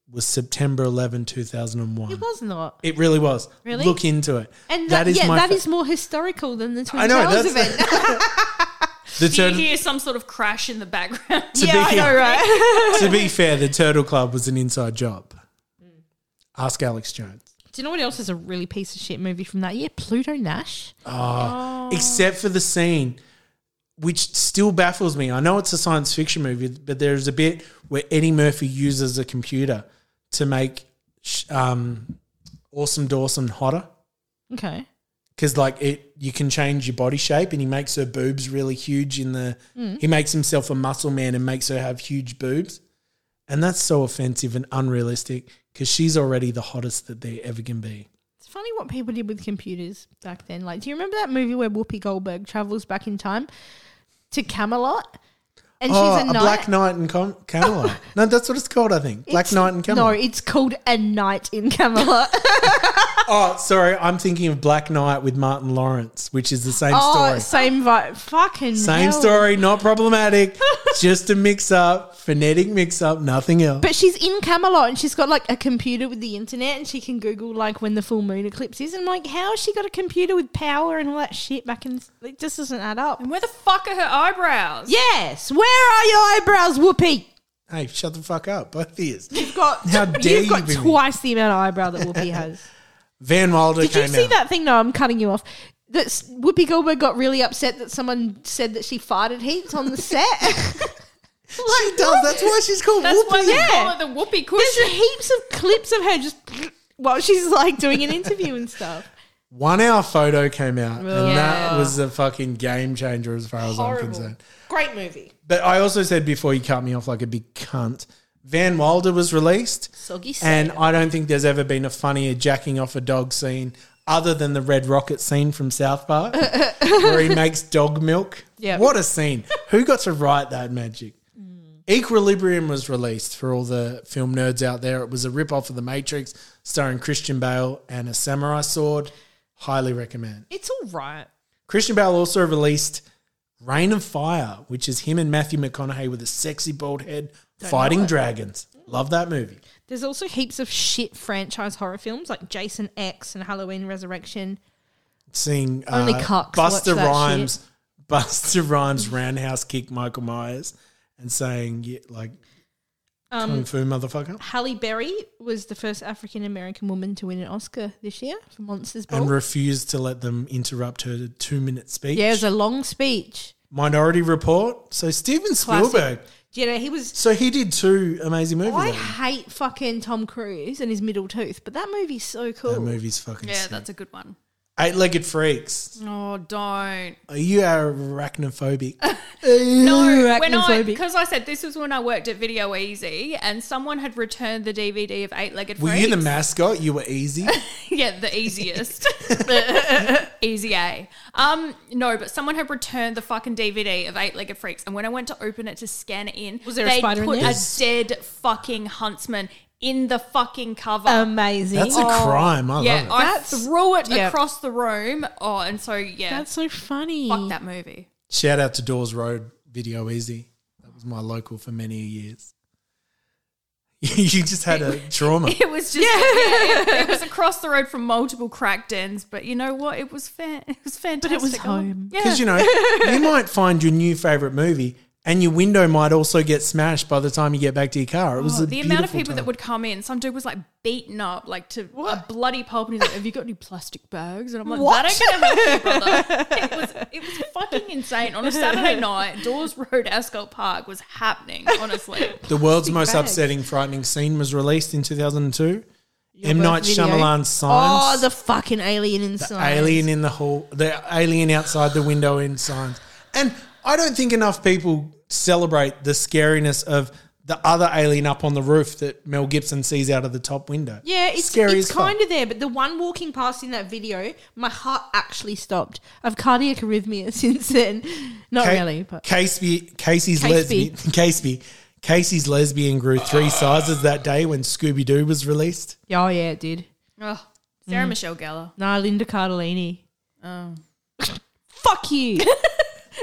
S4: was September 11, 2001.
S5: It was not.
S4: It really was.
S5: Really?
S4: Look into it.
S5: And that, yeah, that
S4: fa-
S5: is more historical than the Twin
S4: I know,
S5: Towers
S4: that's-
S5: event.
S4: the
S7: Do you
S4: turtle.
S7: hear some sort of crash in the background?
S4: To
S5: yeah, I
S4: be-
S5: know, right?
S4: to be fair, the Turtle Club was an inside job.
S5: Mm.
S4: Ask Alex Jones.
S5: Do you know what else is a really piece of shit movie from that year? Pluto Nash.
S4: except for the scene, which still baffles me. I know it's a science fiction movie, but there's a bit where Eddie Murphy uses a computer to make sh- um, Awesome Dawson hotter
S5: Okay.
S4: because, like, it you can change your body shape, and he makes her boobs really huge. In the
S5: Mm.
S4: he makes himself a muscle man and makes her have huge boobs, and that's so offensive and unrealistic because she's already the hottest that they ever can be.
S5: It's funny what people did with computers back then. Like, do you remember that movie where Whoopi Goldberg travels back in time to Camelot? And
S4: oh,
S5: she's a,
S4: a
S5: knight.
S4: Black Knight in Com- Camelot. no, that's what it's called, I think. Black
S5: It's-
S4: Knight in Camelot.
S5: No, it's called A Night in Camelot.
S4: Oh, sorry, I'm thinking of Black Knight with Martin Lawrence, which is the same
S5: oh,
S4: story.
S5: same vibe. Fucking
S4: Same
S5: hell.
S4: story, not problematic. just a mix up, phonetic mix up, nothing else.
S5: But she's in Camelot and she's got like a computer with the internet and she can Google like when the full moon eclipse is. And like, how has she got a computer with power and all that shit back in? It just doesn't add up.
S7: Where the fuck are her eyebrows?
S5: Yes, where are your eyebrows, Whoopi?
S4: hey, shut the fuck up, both of yous.
S5: You've got
S4: How dare
S5: you've got
S4: you, Vivian.
S5: twice the amount of eyebrow that Whoopi has.
S4: Van Wilder
S5: Did
S4: came
S5: you see
S4: out.
S5: that thing? No, I'm cutting you off. That s- Whoopi Goldberg got really upset that someone said that she farted heaps on the set.
S4: She does. That's why she's called
S7: That's
S4: Whoopi.
S7: why they
S5: Yeah.
S7: call it the whoopee
S5: There's
S7: cushion.
S5: heaps of clips of her just while she's like doing an interview and stuff.
S4: One hour photo came out, and that
S5: Yeah.
S4: was a fucking game changer as far as I'm concerned.
S5: Great movie.
S4: But I also said before you cut me off like a big cunt. Van Wilder was released.
S5: Soggy
S4: And
S5: Sailor.
S4: I don't think there's ever been a funnier jacking off a dog scene other than the Red Rocket scene from South Park where he makes dog milk.
S5: Yeah.
S4: What a scene. Who got to write that magic?
S5: Mm.
S4: Equilibrium was released for all the film nerds out there. It was a rip off of The Matrix starring Christian Bale and a samurai sword. Highly recommend.
S5: It's all right.
S4: Christian Bale also released Reign of Fire, which is him and Matthew McConaughey with a sexy bald head fighting dragons. Love that movie.
S5: There's also heaps of shit franchise horror films like Jason X and Halloween Resurrection.
S4: Seeing uh,
S5: Only cocks
S4: Buster
S5: watch that
S4: Rhymes, Buster Rhymes roundhouse kick Michael Myers and saying yeah, like
S5: Um,
S4: kung fu motherfucker
S5: Halle Berry was the first African American woman to win an Oscar this year for Monsters Ball.
S4: and refused to let them interrupt her two minute speech.
S5: yeah, it was a long speech.
S4: Minority Report. So Steven
S5: Classic.
S4: Spielberg.
S5: Do you know he was?
S4: So he did two amazing movies.
S5: I
S4: I think.
S5: hate fucking Tom Cruise and his middle tooth, but that movie's so cool.
S4: That movie's fucking
S7: Yeah,
S4: sick.
S7: that's a good one.
S4: Eight Legged Freaks.
S7: Oh, don't.
S4: Are you arachnophobic?
S7: No, when I
S5: arachnophobic.
S7: because I said this was when I worked at Video Easy, and someone had returned the DVD of Eight Legged
S4: Were
S7: Freaks.
S4: you the mascot? You were easy.
S7: yeah, the easiest, easy A. Um, no, but someone had returned the fucking DVD of Eight Legged Freaks, and when I went to open it to scan it in,
S5: Was there a
S7: they
S5: spider in
S7: put
S5: there?
S7: a dead fucking huntsman in the fucking cover.
S5: Amazing.
S4: That's a crime. I
S7: Oh, yeah,
S4: love it.
S7: I
S5: That's-
S7: threw it
S5: yeah.
S7: across the room. Oh, and so yeah,
S5: That's so funny.
S7: fuck that movie.
S4: Shout out to Dawes Road Video Easy. That was my local for many years. you just had a trauma.
S7: It was just yeah, it, it was across the road from multiple crack dens, but you know what? It was fan, it was fantastic.
S5: was home.
S7: Yeah.
S4: Because, you know, you might find your new favorite movie and your window might also get smashed by the time you get back to your car. It was
S7: Oh,
S4: a
S7: the amount of
S4: beautiful
S7: people that
S4: time.
S7: would come in, some dude was like beaten up, like to a bloody pulp, and he's like, "Have you got any plastic bags?" And I'm like,
S5: What?
S7: "That ain't gonna happen, brother." It was it was fucking insane. On a Saturday night, Dawes Road, Ascot Park was happening. Honestly,
S4: The world's
S5: Big
S4: most
S5: bags.
S4: upsetting, frightening scene was released in 2002. M.
S5: Birth
S4: Night
S5: video.
S4: Shyamalan's Signs.
S5: Oh, the fucking alien inside.
S4: alien in the hall, the alien outside the window in signs. And I don't think enough people celebrate the scariness of the other alien up on the roof that Mel Gibson sees out of the top window.
S5: Yeah, it's,
S4: Scary
S5: it's
S4: as fuck.
S5: kind of there, but the one walking past in that video, my heart actually stopped. I've cardiac arrhythmia since then. Not
S4: Ca-
S5: really, but
S4: Casey, Casey's
S5: Casey.
S4: lesbian. Casey. Casey's lesbian grew three sizes that day when Scooby Doo was released.
S5: Yeah, oh, yeah, it did.
S7: Oh, Sarah Michelle Gellar.
S5: Nah, Linda Cardellini.
S7: Oh.
S5: Fuck you.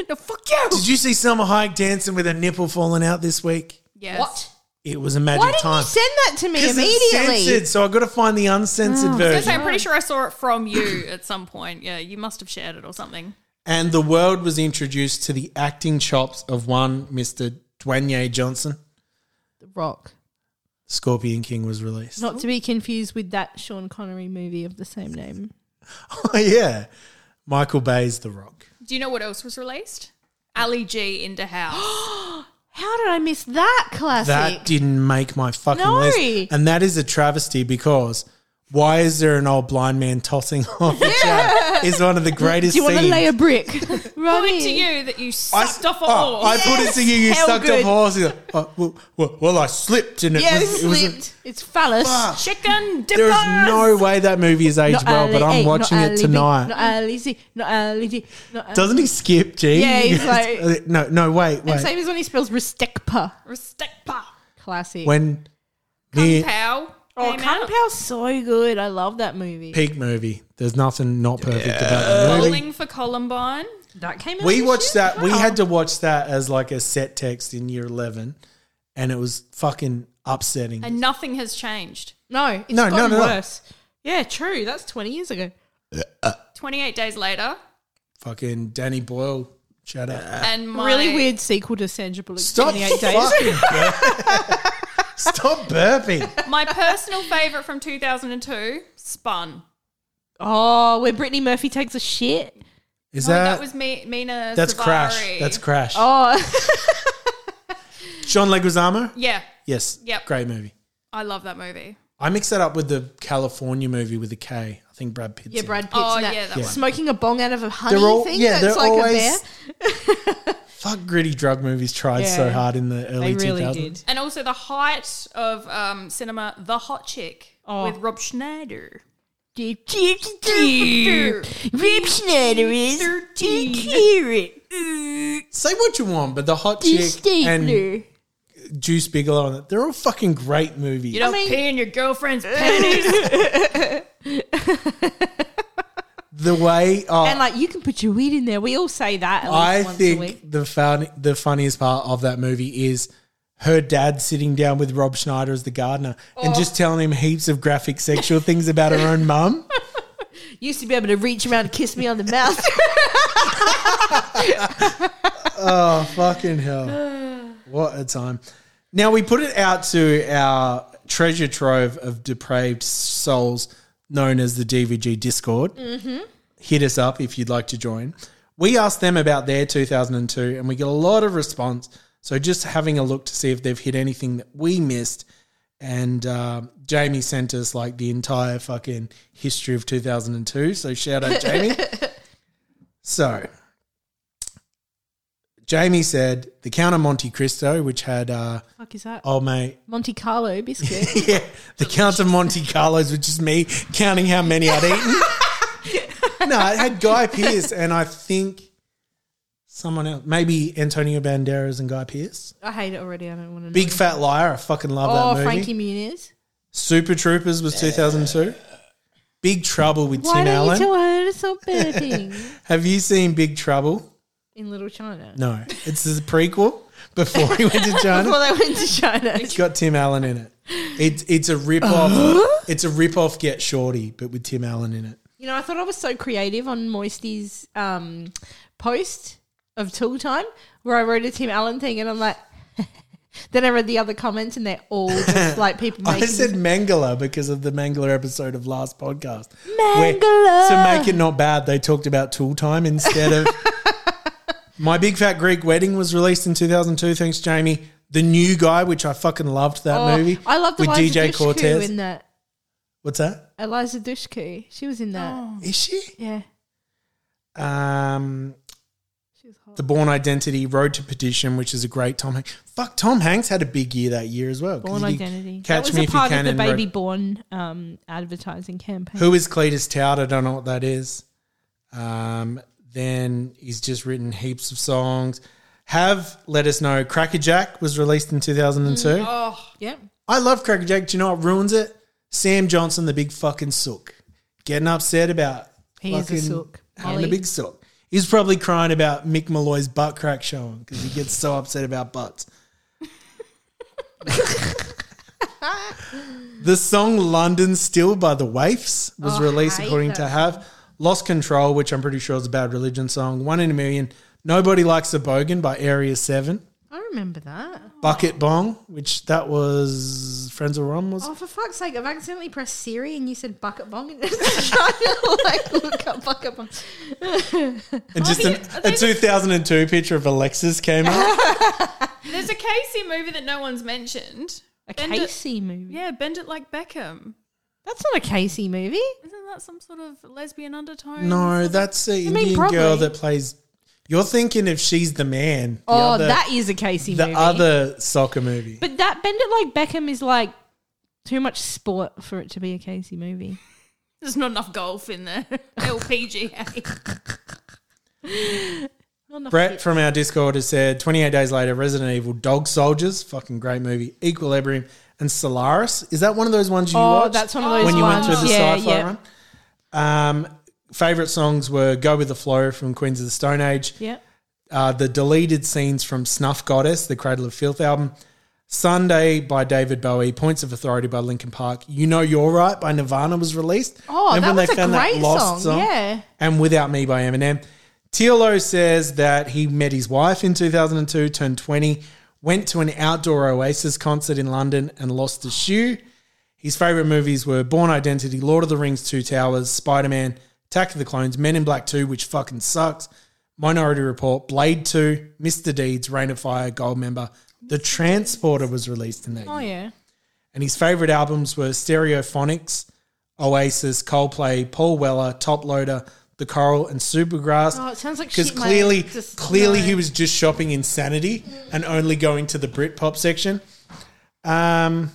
S7: No, fuck you.
S4: Did you see Summer Hayek dancing with her nipple falling out this week?
S7: Yes.
S5: What?
S4: It was a magic
S5: Why didn't
S4: time.
S5: you send that to me
S4: 'Cause it's
S5: immediately? Mm.
S4: censored, so I got to find the uncensored
S7: I was
S4: version.
S7: gonna say, I'm pretty sure I saw it from you at some point. Yeah, you must have shared it or something.
S4: and the world was introduced to the acting chops of one Mr. Dwayne Johnson.
S5: The Rock.
S4: Scorpion King was released.
S5: Not to be confused with that Sean Connery movie of the same name.
S4: oh yeah, Michael Bay's The Rock.
S7: Do you know what else was released? Ali G into house.
S5: How did I miss that classic?
S4: That didn't make my fucking
S5: No.
S4: list, and that is a travesty because. Why is there an old blind man tossing off a chair? Is one of the greatest.
S5: Do you want to
S4: scenes.
S5: lay a brick? right
S7: Point to
S5: here.
S7: you that you
S4: I
S7: sucked off a
S4: oh,
S7: horse.
S4: I put it to you. You
S5: Yes, how
S4: sucked off
S5: good.
S4: horse. You go, oh, well, well, well, I slipped and it
S5: Yeah,
S4: was.
S5: it's
S4: It was a-
S5: slipped. It's phallus.
S4: Fuck.
S7: Chicken
S4: there
S7: dippers.
S4: is no way that movie is aged
S5: Not
S4: well, but
S5: Ali- hey,
S4: I'm
S5: not
S4: watching
S5: Ali
S4: it
S5: B,
S4: tonight.
S5: Not Ali Z, not Ali D, not Ali-
S4: Doesn't he skip G?
S5: Yeah, he's like-
S4: no, no, wait,
S5: And
S4: wait.
S5: same as when he spells Restekpa.
S7: Restekpa.
S5: Classic.
S4: when
S7: Kung
S4: near
S7: Pao.
S5: oh,
S7: came
S5: Kung
S7: out.
S5: Pao's so good. I love that movie.
S4: peak movie, there's nothing not perfect about the movie.
S7: Bowling for Columbine.
S5: That came out.
S4: We
S5: this
S4: watched
S5: year?
S4: that. We
S5: Wow.
S4: had to watch that as like a set text in year eleven, and it was fucking upsetting.
S7: And nothing has changed.
S5: No, it's
S4: No, no,
S5: gotten
S4: no, no.
S5: worse. Yeah, true. That's 20 years ago.
S7: 28 days later.
S4: fucking Danny Boyle, shut
S5: Uh,
S4: up.
S7: And my,
S5: Really weird sequel to Sandra Bullock's
S4: Stop
S5: 28 Days.
S4: fucking burping. Stop burping.
S7: My personal favorite from 2002, Spun.
S5: Oh, where Brittany Murphy takes a shit.
S4: Is
S7: Oh,
S4: that,
S7: that was me, Mina.
S4: that's
S7: Savari.
S4: Crash? That's Crash.
S5: Oh,
S4: John Leguizamo.
S7: Yeah,
S4: Yes.
S7: Yep.
S4: Great movie.
S7: I love that movie.
S4: I mixed that up with the California movie with a K. I think Brad Pitt.
S5: yeah, Brad Pitt's
S7: Oh,
S5: in that.
S7: yeah, that one.
S5: Smoking a bong out of a honey
S4: They're all-
S5: thing
S4: yeah, they're
S5: that's like a
S4: always-
S5: bear.
S4: Fuck gritty drug movies tried so
S5: Yeah.
S4: hard in the early
S5: They really
S4: 2000s.
S5: did.
S7: And also the height of um, cinema, The Hot Chick
S5: Oh.
S7: with Rob Schneider.
S5: Deep Schneider is
S7: Thirteen.
S5: carrot.
S4: Say what you want, but the Hot Chick and Juice Bigelow and that, they're all fucking great movies.
S7: You don't
S5: mean-
S7: pee in your girlfriend's panties.
S4: the way oh,
S5: And like you can put your weed in there. We all say that at least
S4: I
S5: once a week.
S4: think the fun, the funniest part of that movie is her dad sitting down with Rob Schneider as the gardener
S5: Oh.
S4: and just telling him heaps of graphic sexual things about her own mum.
S5: Used to be able to reach around and kiss me on the mouth.
S4: Fucking hell. what a time. Now, we put it out to our treasure trove of depraved souls known as the DVG Discord. Mm-hmm. Hit us up if you'd like to join. We asked them about their 2002 and we get a lot of response. So, just having a look to see if they've hit anything that we missed. And uh, Jamie sent us like the entire fucking history of 2002. So, shout out, Jamie. so, Jamie said the Count of Monte Cristo, which had uh,
S5: fuck is that?
S4: oh mate,
S5: Monte Carlo biscuit.
S4: yeah, the Count of Monte Carlos, which is me counting how many I'd eaten. no, it had Guy Pearce and I think someone else, maybe Antonio Banderas and Guy Pearce.
S5: I hate it already. I don't want to.
S4: Big Fat Liar, I fucking love
S5: Oh,
S4: that movie.
S5: Frankie Muniz.
S4: Super Troopers was 2002. Big Trouble with
S5: Why
S4: Tim
S5: don't
S4: Allen.
S5: you tell her to stop burping
S4: Have you seen Big Trouble?
S5: in Little China?
S4: No, it's the prequel before he went to China.
S5: Before they went to China.
S4: It's got Tim Allen in it. It's it's a rip off. it's a rip off Get Shorty, but with Tim Allen in it.
S5: You know, I thought I was so creative on Moisty's um, post of Tool Time where I wrote a Tim Allen thing and I'm like, then I read the other comments and they're all just like people making.
S4: I said Mangala because of the Mangala episode of last podcast.
S5: Mangala.
S4: to make it not bad, they talked about tool time instead of. My Big Fat Greek Wedding was released in 2002. Thanks, Jamie. The New Guy, which I fucking loved that
S5: Oh,
S4: movie.
S5: I love the
S4: with
S5: Eliza
S4: DJ
S5: Dushku
S4: Cortez.
S5: in that.
S4: What's that?
S5: Eliza Dushku. She was in that.
S4: Is she?
S5: Yeah.
S4: Um,
S5: She was hot.
S4: The Born Identity, Road to Perdition, which is a great Tom Hanks. Fuck, Tom Hanks had a big year that year as well. 'cause
S5: Born
S4: he did
S5: Identity.
S4: Catch
S5: that was
S4: me
S5: a
S4: if
S5: part
S4: you can.
S5: of the
S4: and
S5: Baby
S4: Road-
S5: Born um, advertising campaign.
S4: Who is Cletus Tout? I don't know what that is. Um, then he's just written heaps of songs. Have let us know. Crackerjack was released in 2002.
S5: Mm,
S7: Oh.
S5: Yeah.
S4: I love Crackerjack. Do you know what ruins it? Sam Johnson, the big fucking sook, getting upset about
S5: He is a
S4: fucking
S5: sook.
S4: having
S5: Molly.
S4: a big sook. He's probably crying about Mick Malloy's butt crack showing because he gets so upset about butts. the song "London Still" by the Waifs was released
S5: Oh, hate
S4: according to
S5: that
S4: Have. Lost Control, which I'm pretty sure is a bad religion song. One in a Million. Nobody Likes a Bogan by Area 7.
S5: I remember that.
S4: Bucket Bong, which that was Friends of Rom, was
S5: Oh, for fuck's sake, I've accidentally pressed Siri and you said bucket bong. And it's trying to like look up bucket bong.
S4: And just an,
S7: yeah,
S4: a
S7: there's-
S4: 2002 picture of Alexis came up.
S7: There's a Casey movie that no one's mentioned.
S5: A
S7: Bend It,
S5: Casey movie.
S7: yeah, Bend It Like Beckham.
S5: That's not a Casey movie.
S7: Isn't that some sort of lesbian undertone?
S4: No, that's the
S5: mean,
S4: Indian girl
S5: probably.
S4: that plays. You're thinking if she's the man. The
S5: oh,
S4: other,
S5: that is a Casey
S4: the
S5: movie.
S4: other soccer movie.
S5: But that Bend It Like Beckham is like too much sport for it to be a Casey movie.
S7: There's not enough golf in the LPGA.
S5: Not enough
S4: Brett
S5: kids.
S4: from our Discord has said 28 days later, Resident Evil Dog Soldiers, fucking great movie, Equilibrium, and Solaris. Is that one of those ones you
S5: Oh,
S4: watched?
S5: that's one of those
S4: When you went
S5: ones.
S4: through the
S5: Yeah,
S4: sci-fi
S5: yeah.
S4: run? Um, favorite songs were Go With The Flow from Queens of the Stone Age,
S5: Yeah.
S4: uh, the deleted scenes from Snuff Goddess, the Cradle of Filth album, Sunday by David Bowie, Points of Authority by Linkin Park, You Know You're Right by Nirvana was released.
S5: Oh,
S4: Remember
S5: that
S4: when
S5: was a great song, yeah.
S4: And Without Me by Eminem. Tiolo says that he met his wife in 2002, turned 20, went to an outdoor Oasis concert in London and lost a shoe. His favourite movies were Born Identity, Lord of the Rings, Two Towers, Spider Man, Attack of the Clones, Men in Black 2, which fucking sucks, Minority Report, Blade 2, Mr. Deeds, Rain of Fire, Goldmember. The Transporter was released in that
S5: Oh,
S4: year.
S5: yeah.
S4: And his favourite albums were Stereophonics, Oasis, Coldplay, Paul Weller, Top Loader, The Coral, and Supergrass.
S5: Oh, it sounds like
S4: Because
S5: shit, mate.
S4: clearly,
S5: Just-
S4: clearly
S5: no.
S4: he was just shopping Insanity and only going to the Britpop section. Um,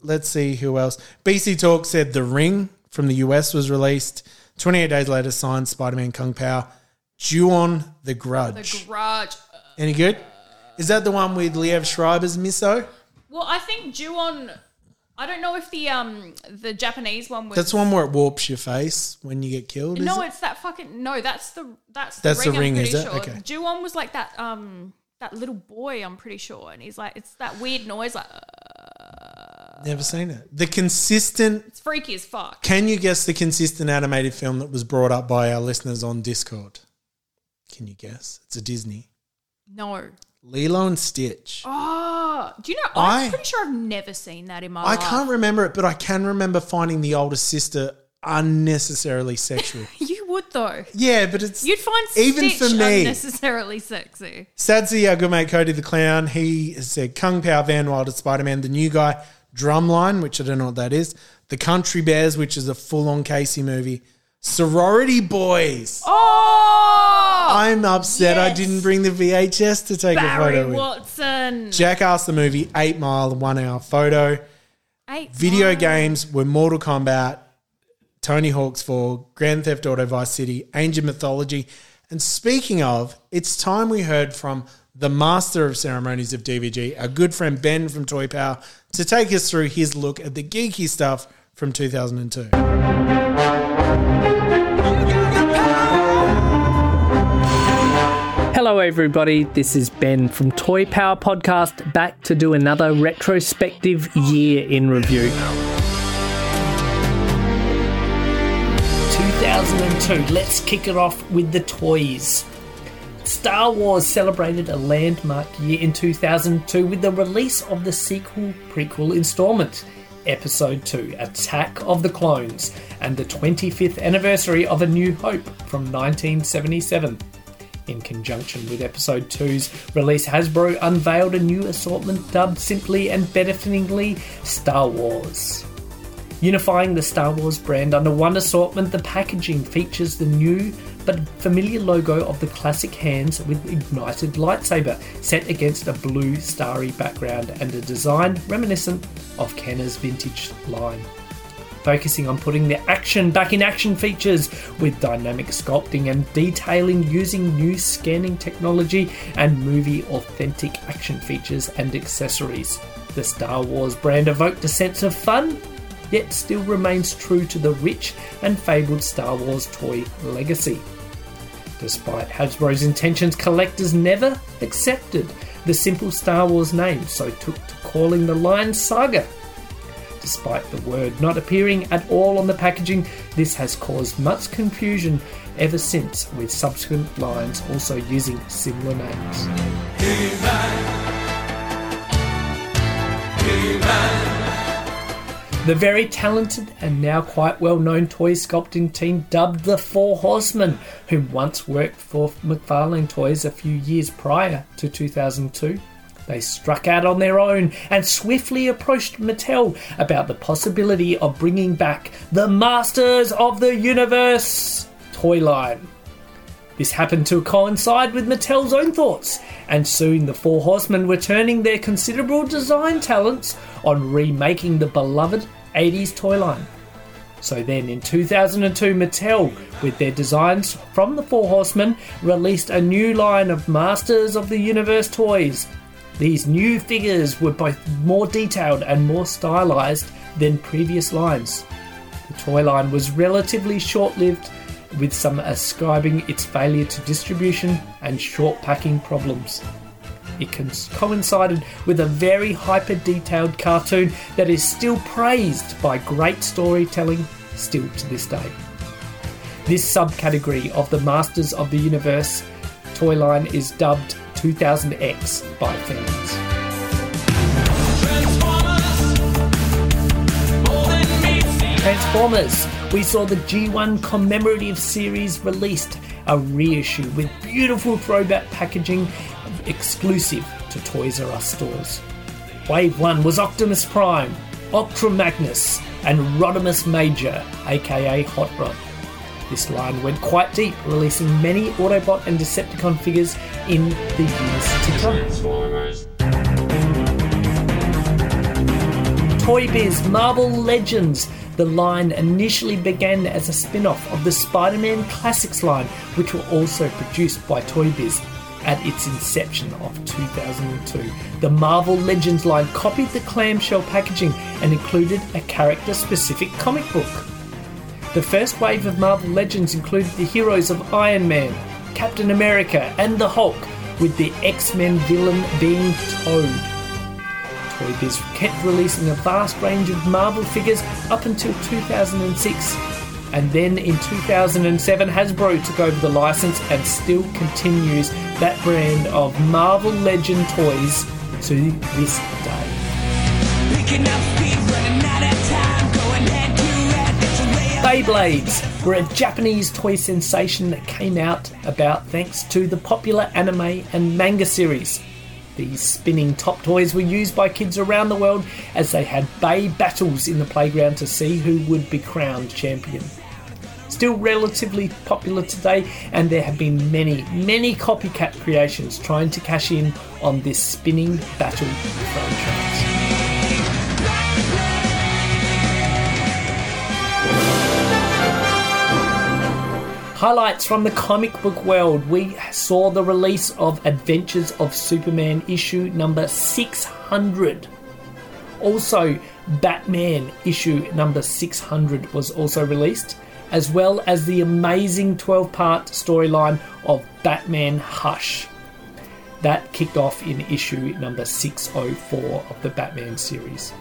S4: let's see who else. BC Talk said The Ring from the US was released. 28 days later, signed Spider Man Kung Pao. Ju-on The Grudge.
S7: Grudge.
S4: Any good? Is that the one with Liev Schreiber's Miso?
S7: Well, I think Ju-on. I don't know if the um the Japanese one was.
S4: That's one where it warps your face when you get killed. is
S7: No,
S4: it?
S7: it's that fucking no. That's the that's the
S4: That's the
S7: ring.
S4: ring,
S7: I'm pretty
S4: is it?
S7: sure.
S4: Okay.
S7: Ju-on was like that um that little boy. I'm pretty sure, and he's like it's that weird noise. Like uh,
S4: never seen it. The consistent.
S7: it's freaky as fuck.
S4: Can you guess the consistent animated film that was brought up by our listeners on Discord? Can you guess? It's a Disney.
S7: No.
S4: Lilo and Stitch.
S7: Oh, do you know?
S4: Ah. I-
S7: I'm pretty sure I've never seen that in my
S4: I
S7: life.
S4: can't remember it, but I can remember finding the older sister unnecessarily sexual.
S7: You would though.
S4: yeah, but it's
S7: You'd find
S4: Even
S7: Stitch
S4: for me.
S7: unnecessarily sexy.
S4: Sadzi, our good mate Cody the Clown, he has said Kung Pao, Van Wilder, Spider Man, the new guy, Drumline, which I don't know what that is, The Country Bears, which is a full on Casey movie, Sorority Boys.
S7: Oh,
S4: I'm upset I
S7: yes.
S4: didn't bring the VHS to take a
S7: Barry
S4: photo with.
S7: Watson.
S4: Jackass the movie, Eight Mile, one hour photo.
S7: Eight
S4: Video
S7: Mile.
S4: games were Mortal Kombat, Tony Hawk's 4, Grand Theft Auto Vice City, Ancient Mythology. And speaking of, it's time we heard from the master of ceremonies of DVG, our good friend Ben from Toy Power, to take us through his look at the geeky stuff from 2002.
S8: Hello, everybody. This is Ben from Toy Power Podcast, back to do another retrospective year in review. 2002. Let's kick it off with the toys. Star Wars celebrated a landmark year in 2002 with the release of the sequel prequel installment, Episode 2 Attack of the Clones, and the 25th anniversary of A New Hope from 1977. In conjunction with Episode 2's release, Hasbro unveiled a new assortment dubbed simply and benefitingly Star Wars. Unifying the Star Wars brand under one assortment, the packaging features the new but familiar logo of the classic hands with ignited lightsaber set against a blue starry background and a design reminiscent of Kenner's vintage line. focusing on putting the action back in action features with dynamic sculpting and detailing using new scanning technology and movie authentic action features and accessories. The Star Wars brand evoked a sense of fun, yet still remains true to the rich and fabled Star Wars toy legacy. Despite Hasbro's intentions, collectors never accepted the simple Star Wars name, so took to calling the line Saga. Despite the word not appearing at all on the packaging, this has caused much confusion ever since, with subsequent lines also using similar names. The very talented and now quite well known toy sculpting team dubbed the Four Horsemen, who once worked for McFarlane Toys a few years prior to 2002. They struck out on their own and swiftly approached Mattel about the possibility of bringing back the Masters of the Universe toy line. This happened to coincide with Mattel's own thoughts, and soon the Four Horsemen were turning their considerable design talents on remaking the beloved 80s toy line. So then, in 2002, Mattel, with their designs from the Four Horsemen, released a new line of Masters of the Universe toys. These new figures were both more detailed and more stylized than previous lines. The toy line was relatively short lived with some ascribing its failure to distribution and short packing problems. It con- coincided with a very hyper detailed cartoon that is still praised by great storytelling still to this day. This subcategory of the Masters of the Universe toy line is dubbed 2000X by fans. Transformers. We saw the G1 commemorative series released, a reissue with beautiful throwback packaging exclusive to Toys R Us stores. Wave 1 was Optimus Prime, Optra Magnus, and Rodimus Major, aka Hot Rod. This line went quite deep, releasing many Autobot and Decepticon figures in the years to come. Toy Biz Marvel Legends. The line initially began as a spin off of the Spider Man Classics line, which were also produced by Toy Biz. At its inception of 2002, the Marvel Legends line copied the clamshell packaging and included a character specific comic book. The first wave of Marvel Legends included the heroes of Iron Man, Captain America, and the Hulk, with the X Men villain being Toad. Toy Biz kept releasing a vast range of Marvel figures up until 2006. And then in 2007, Hasbro took over the license and still continues that brand of Marvel Legend toys to this day. Beyblades were a Japanese toy sensation that came out about thanks to the popular anime and manga series. These spinning top toys were used by kids around the world as they had bay battles in the playground to see who would be crowned champion. Still relatively popular today, and there have been many, many copycat creations trying to cash in on this spinning battle franchise. Highlights from the comic book world. We saw the release of Adventures of Superman issue number 600. Also, Batman issue number 600 was also released, as well as the amazing 12 part storyline of Batman Hush. That kicked off in issue number 604 of the Batman series.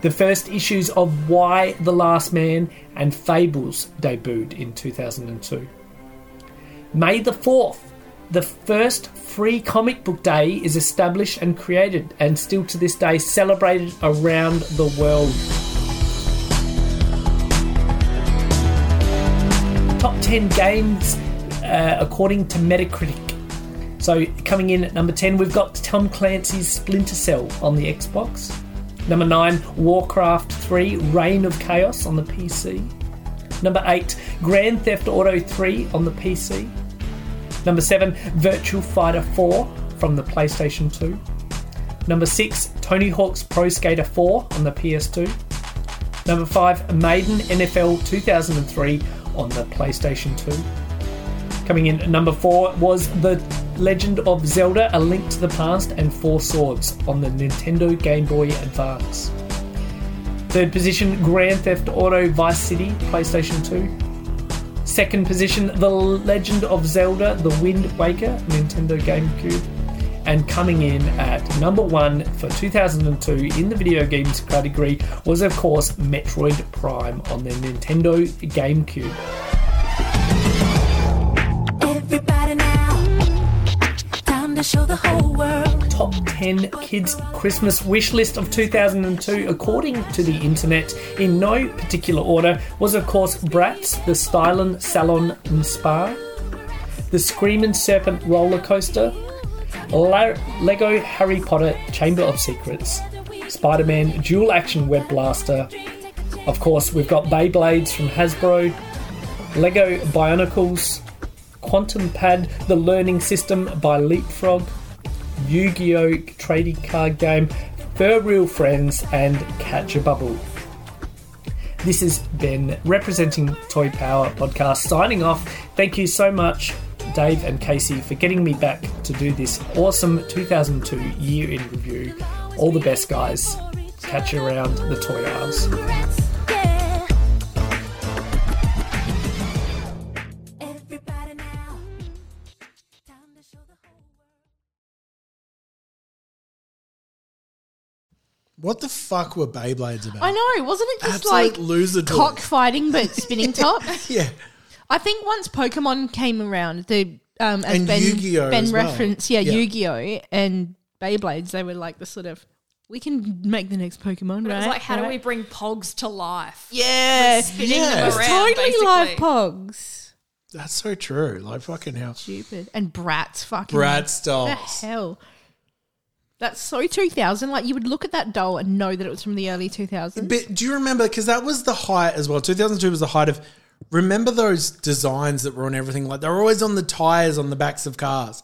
S8: The first issues of Why the Last Man and Fables debuted in 2002. May the 4th, the first free comic book day is established and created, and still to this day celebrated around the world. Top 10 games uh, according to Metacritic. So, coming in at number 10, we've got Tom Clancy's Splinter Cell on the Xbox. Number 9, Warcraft 3 Reign of Chaos on the PC. Number 8, Grand Theft Auto 3 on the PC. Number 7, Virtual Fighter 4 from the PlayStation 2. Number 6, Tony Hawk's Pro Skater 4 on the PS2. Number five, Maiden NFL 2003 on the PlayStation 2. Coming in at number four was The Legend of Zelda A Link to the Past and Four Swords on the Nintendo Game Boy Advance. Third position, Grand Theft Auto Vice City, PlayStation 2. Second position, The Legend of Zelda The Wind Waker, Nintendo GameCube and coming in at number one for 2002 in the video games category was, of course, Metroid Prime on the Nintendo GameCube.
S9: Everybody now, time to show the whole world.
S8: Top 10 Kids Christmas Wish List of 2002, according to the internet, in no particular order, was, of course, Bratz, the Stylin Salon and Spa, the Screamin' Serpent roller coaster, La- Lego Harry Potter Chamber of Secrets, Spider Man Dual Action Web Blaster. Of course, we've got Beyblades from Hasbro, Lego Bionicles, Quantum Pad The Learning System by Leapfrog, Yu Gi Oh! Trading Card Game, Fur Real Friends, and Catch a Bubble. This has been representing Toy Power Podcast signing off. Thank you so much, Dave and Casey, for getting me back to do this awesome 2002 year in review. All the best, guys. Catch you around the toy aisles.
S9: Yeah. Everybody now, time to show the whole world.
S4: What the fuck were Beyblades about?
S5: I know. Wasn't it just
S4: Absolute
S5: like
S4: loser toys.
S5: cockfighting but spinning tops?
S4: Yeah.
S5: I think once Pokemon came around, the um, as
S4: And
S5: Ben
S4: Yu-Gi-Oh!
S5: Ben
S4: as well.
S5: referenced, yeah,
S4: Yeah.
S5: Yu-Gi-Oh and Beyblades. They were like the sort of we can make the next Pokemon,
S7: But
S5: right?
S7: it was like, how do
S5: Right?
S7: we bring pogs to life?
S5: Yeah,
S7: Spinning
S4: Yeah.
S7: them
S4: It's
S7: around,
S5: totally
S7: basically.
S5: live pogs.
S4: That's so true. Like fucking hell.
S5: Stupid and brats, fucking
S4: Bratz
S7: Oh.
S5: The
S4: dolls.
S5: hell. That's so 2000. Like you would look at that doll and know that it was from the early 2000s.
S4: But do you remember? Because that was the height as well. 2002 was the height of. Remember those designs that were on everything? Like they were always on the tires on the backs of cars.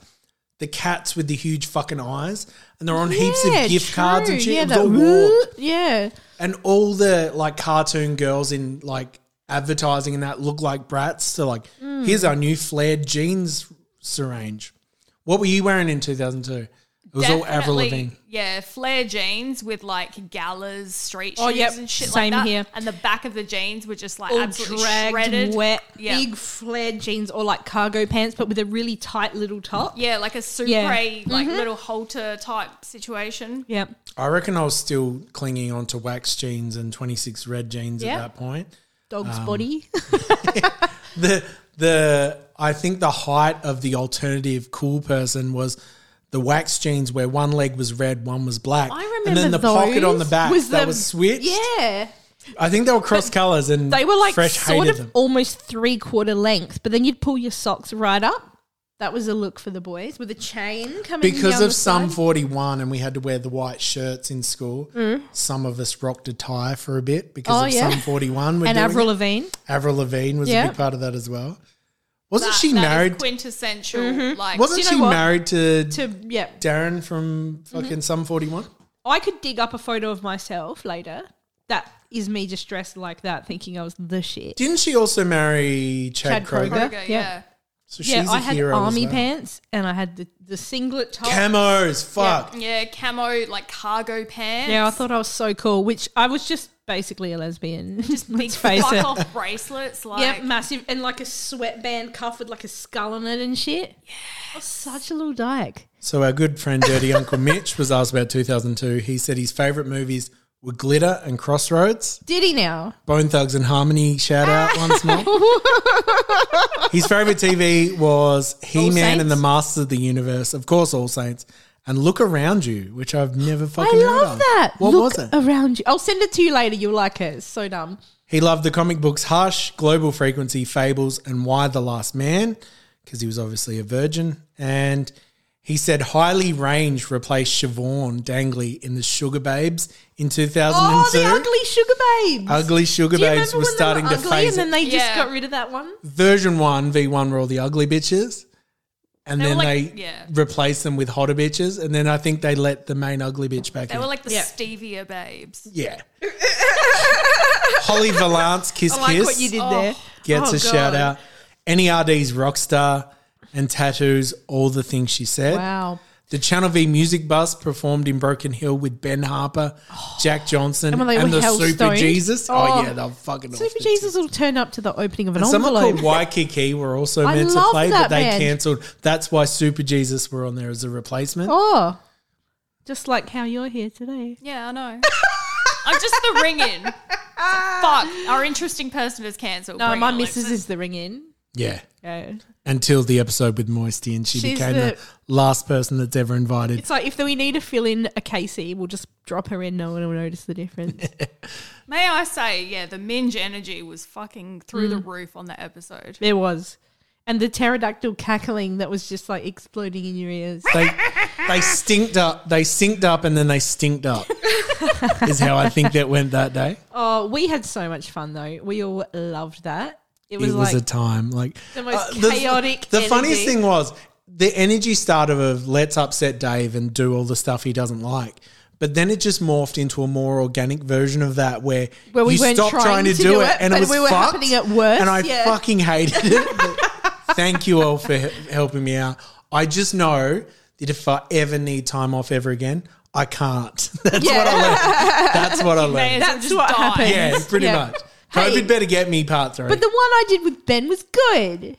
S4: The cats with the huge fucking eyes, and they're on heaps of
S5: Yeah,
S4: gift cards and shit.
S5: true. Yeah,
S4: It was
S5: that-
S4: all warped.
S5: yeah.
S4: and all the like cartoon girls in like advertising and that look like brats. So like,
S5: Mm.
S4: here's our new flared jeans syringe. What were you wearing in 2002? It was all Avril
S7: Definitely,
S4: Lavigne.
S7: Yeah, flare jeans with like galas, street shoes,
S5: Oh, yep,
S7: and shit
S5: same
S7: like that.
S5: here.
S7: And the back of the jeans were just like
S5: all
S7: absolutely
S5: dragged,
S7: shredded,
S5: wet,
S7: Yeah.
S5: big flared jeans or like cargo pants, but with a really tight little top.
S7: Yeah, like a Supre,
S5: Yeah. Mm-hmm.
S7: like little halter type situation.
S5: Yep.
S4: I reckon I was still clinging on to wax jeans and 26 red jeans
S5: Yeah.
S4: at that point.
S5: Dog's
S4: Um,
S5: body.
S4: The the I think the height of the alternative cool person was the wax jeans where one leg was red, one was black.
S5: I remember
S4: And then the
S5: those
S4: pocket on the back that
S5: the-
S4: was switched.
S5: Yeah.
S4: I think they were cross colours and
S5: They were like
S4: fresh
S5: sort
S4: hated
S5: of
S4: them.
S5: almost three quarter length, but then you'd pull your socks right up. That was a look for the boys with a chain coming
S4: because
S5: down
S4: of
S5: the
S4: some
S5: side.
S4: 41 and we had to wear the white shirts in school some of us rocked a tie for a bit because
S5: Mm. Oh,
S4: of
S5: yeah.
S4: some 41 We're
S5: and
S4: doing
S5: Avril
S4: it.
S5: Lavigne.
S4: avril lavigne was
S5: Yeah.
S4: a big part of that as well wasn't
S7: That-
S4: she
S7: that is
S4: married
S7: quintessential.
S5: Mm-hmm.
S7: Like,
S4: wasn't
S5: you know
S4: she
S5: what?
S4: married to,
S5: To Mm-hmm. yeah,
S4: darren from fucking some 41
S5: I could dig up a photo of myself later. That is me just dressed like that, thinking I was the shit.
S4: didn't she also marry chad,
S5: Chad
S4: kroger?
S5: Kroeger.
S7: Kroger, yeah.
S5: Yeah.
S4: so she's
S5: Yeah,
S4: a
S5: I had
S4: hero as
S5: army
S4: well.
S5: pants and I had the, the singlet top.
S4: camos fuck
S7: Yeah, camo like cargo pants.
S5: Yeah, I thought I was so cool, which I was just basically a lesbian. Just
S7: big
S5: let's face
S7: fuck
S5: it.
S7: off bracelets. Like,
S5: Yep, massive and like a sweatband cuff with like a skull on it and shit. Yeah, I was such a little dyke.
S4: So our good friend Dirty Uncle Mitch was asked about 2002. He said his favourite movies were Glitter and Crossroads.
S5: Did he now?
S4: Bone Thugs and Harmony shout out once more. His favourite TV was He Man
S5: Saints?
S4: and the Masters of the Universe, of course, All Saints, and Look Around You, which I've never
S5: I
S4: fucking heard
S5: love
S4: of.
S5: that.
S4: What
S5: Look
S4: was it?
S5: Around you. I'll send it to you later. You'll like it. It's so dumb.
S4: He loved the comic books Hush, Global Frequency, Fables, and Why the Last Man, because he was obviously a virgin. And he said Highly Range replaced Siobhan Dangley in The Sugar Babes in 2002.
S5: Oh, the ugly sugar babes.
S4: Ugly Sugar
S5: Do you
S4: Babes
S5: remember
S4: were
S5: when they
S4: starting
S5: were
S4: to
S5: ugly
S4: phase
S5: and then
S4: it.
S5: they just
S7: Yeah.
S5: got rid of that one?
S4: Version 1, V1 were all the ugly bitches. and
S7: They were
S4: then
S7: like-
S4: they
S7: yeah.
S4: replaced them with hotter bitches, and then I think they let the main ugly bitch back
S7: They
S4: in.
S7: were like the
S5: Yeah.
S7: stevia babes.
S4: yeah. Holly Valance, kiss
S5: I like
S4: kiss,
S5: what you did there.
S4: gets
S5: Oh,
S4: a shout
S5: God.
S4: out. NERD's rock star and tattoos, all the things she said.
S5: Wow.
S4: The Channel V Music Bus performed in Broken Hill with Ben Harper, Jack Johnson,
S5: And
S4: and,
S5: when they were
S4: the
S5: hell
S4: Super
S5: stoned.
S4: Jesus. Oh,
S5: Oh.
S4: yeah, they're fucking off
S5: Super
S4: the
S5: Jesus will turn up to the opening of an
S4: And someone
S5: envelope.
S4: called Waikiki were also
S5: I
S4: meant to
S5: love
S4: play,
S5: that
S4: but they
S5: band.
S4: cancelled. That's why Super Jesus were on there as a replacement.
S5: Oh, just like how you're here today.
S7: Yeah, I know. I'm just the ring in. Fuck, our interesting person is cancelled.
S5: No,
S7: Bring
S5: my
S7: it,
S5: missus
S7: Alexis.
S5: is the ring in.
S4: Yeah.
S5: Okay.
S4: Until the episode with Moisty, and she
S5: She's
S4: became the
S5: the-
S4: last person that's ever invited.
S5: It's like if we need to fill in a Casey, we'll just drop her in. No one will notice the difference.
S7: May I say, yeah, the minge energy was fucking through
S4: Mm.
S7: the roof on that episode.
S5: there was. And the pterodactyl cackling that was just like exploding in your ears.
S4: they they stinked up. They synced up and then they stinked up. is how I think that went that day.
S5: Oh, we had so much fun though. We all loved that. It
S4: It
S5: was
S4: was,
S5: like
S4: a time like
S5: the most
S4: Uh, the-
S5: chaotic.
S4: The funniest
S5: energy.
S4: thing was the energy started of let's upset Dave and do all the stuff he doesn't like. But then it just morphed into a more organic version of that where,
S5: Where we
S4: you
S5: weren't
S4: stopped trying, to, do it, and it
S5: but
S4: was
S5: we were
S4: fucked,
S5: happening at worse,
S4: And I
S5: yeah.
S4: fucking hated it. But thank you all for he- helping me out. I just know that if I ever need time off ever again, I can't. That's what I learned. That's what I
S7: May
S4: learned.
S7: as well
S5: That's
S7: just
S5: what
S7: die.
S5: happened.
S4: Yeah, pretty
S5: Yeah.
S4: much.
S5: Hey.
S4: COVID better get me part three.
S5: But the one I did with Ben was good.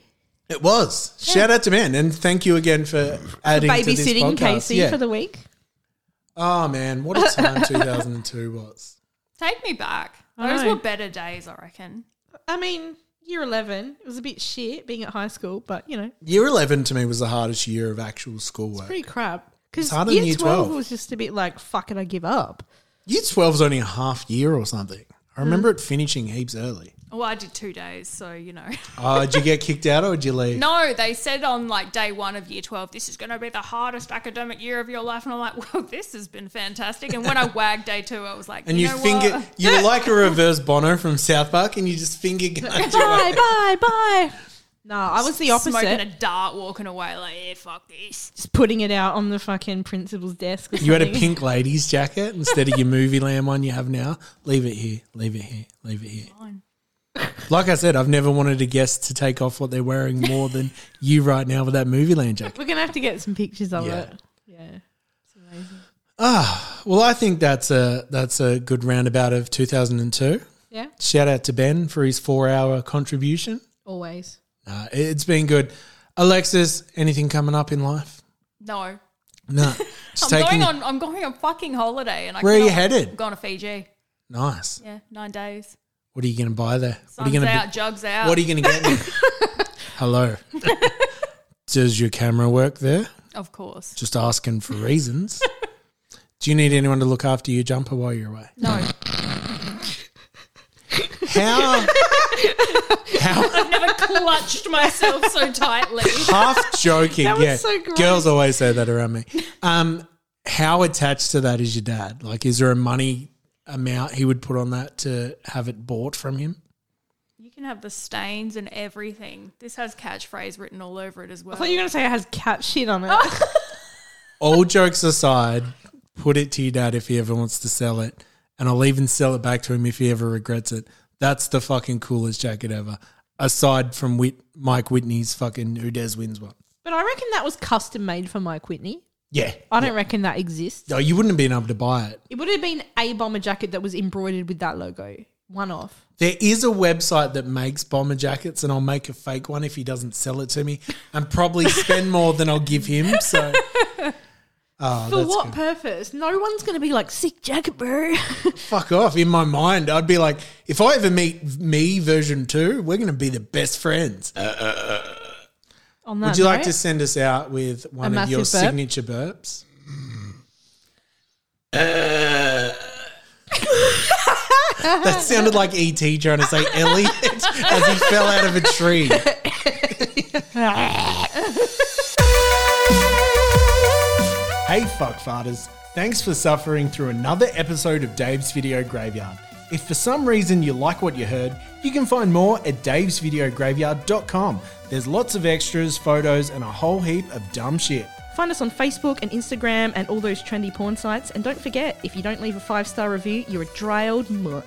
S4: It was. Shout out to Ben and thank you again for adding to this
S5: Babysitting
S4: podcast.
S5: Casey
S4: Yeah.
S5: for the week.
S4: Oh man, what a time 2002 was.
S7: Take me back.
S5: I
S7: Those
S5: know.
S7: were better days, I reckon.
S5: I mean, year 11, it was a bit shit being at high school, but you know,
S4: Year 11 to me was the hardest year of actual schoolwork.
S5: pretty crap. Because
S4: It's harder
S5: year,
S4: than year
S5: 12,
S4: 12.
S5: was just a bit like, fucking, I give up.
S4: Year 12 is only a half year or something. I remember it finishing heaps early.
S7: Well, I did two days, so you know.
S4: Oh, did you get kicked out or did you leave?
S7: No, they said on like day one of year 12, this is going to be the hardest academic year of your life. And I'm like, well, this has been fantastic. And when I wagged day two, I was like,
S4: And
S7: you,
S4: you,
S7: know
S4: finger,
S7: what?
S4: you were like a reverse Bono from South Park, and you just finger gunned your way.
S5: Bye, bye, bye. No, I was the
S7: Smoking a
S5: opposite.
S7: dart, walking away, like, yeah, fuck this.
S5: Just putting it out on the fucking principal's desk. Or
S4: You had a
S5: something.
S4: pink ladies jacket instead of your movie lamb one you have now. Leave it here. Leave it here. Leave it here. Like I said, I've never wanted a guest to take off what they're wearing more than you right now with that movie land jacket.
S5: We're going to have to get some pictures of
S4: Yeah.
S5: it. Yeah.
S4: Well, I think that's a that's a good roundabout of 2002.
S5: Yeah.
S4: Shout out to Ben for his four hour contribution.
S5: Always.
S4: Uh, it's been good. Alexis, anything coming up in life?
S7: No.
S4: No. Just
S7: I'm
S4: taking
S7: going
S4: it-
S7: on. I'm going on fucking holiday, and I
S4: Where are you
S7: cannot-
S4: headed?
S7: I'm going to Fiji.
S4: Nice.
S7: Yeah, nine days.
S4: What are you going to buy there? what are
S7: Sun's
S4: you going
S7: out, jugs out.
S4: What are you going to get me? Hello. Does your camera work there?
S7: of course.
S4: Just asking for reasons. Do you need anyone to look after your jumper while you're away?
S7: No,
S4: How? how?
S7: I've never clutched myself so tightly.
S4: Half joking.
S5: That was
S4: yeah.
S5: so gross.
S4: Girls always say that around me. Um, how attached to that is your dad? Like, is there a money amount he would put on that to have it bought from him?
S7: You can have the stains and everything. This has catchphrase written all over it as well.
S5: I thought you were going to say it has cat shit on it.
S4: all jokes aside, put it to your dad if he ever wants to sell it, and I'll even sell it back to him if he ever regrets it. That's the fucking coolest jacket ever. Aside from Whit- Mike Whitney's fucking Who Dares Wins one.
S5: but I reckon that was custom made for Mike Whitney.
S4: Yeah.
S5: I don't reckon that exists.
S4: No, Oh, you wouldn't have been able to buy it.
S5: It would have been a bomber jacket that was embroidered with that logo. One off.
S4: There is a website that makes bomber jackets, and I'll make a fake one if he doesn't sell it to me, and probably spend more than I'll give him. So, oh,
S5: For
S4: that's
S5: what
S4: good.
S5: purpose? No one's going to be like, sick jacket, bro.
S4: fuck off in my mind i'd be like if i ever meet me version 2 we're going to be the best friends
S5: On that
S4: would you like
S5: note-
S4: to send us out with one of
S5: massive
S4: your
S5: burp?
S4: signature burps
S5: Uh.
S4: that sounded like et trying to say elliot as he fell out of a tree Hey, fuckfarters. Thanks for suffering through another episode of Dave's Video Graveyard. If for some reason you like what you heard, you can find more at davesvideograveyard.com, There's lots of extras, photos, and a whole heap of dumb shit.
S5: Find us on Facebook and Instagram and all those trendy porn sites. And don't forget, if you don't leave a five star review, you're a dry old mutt.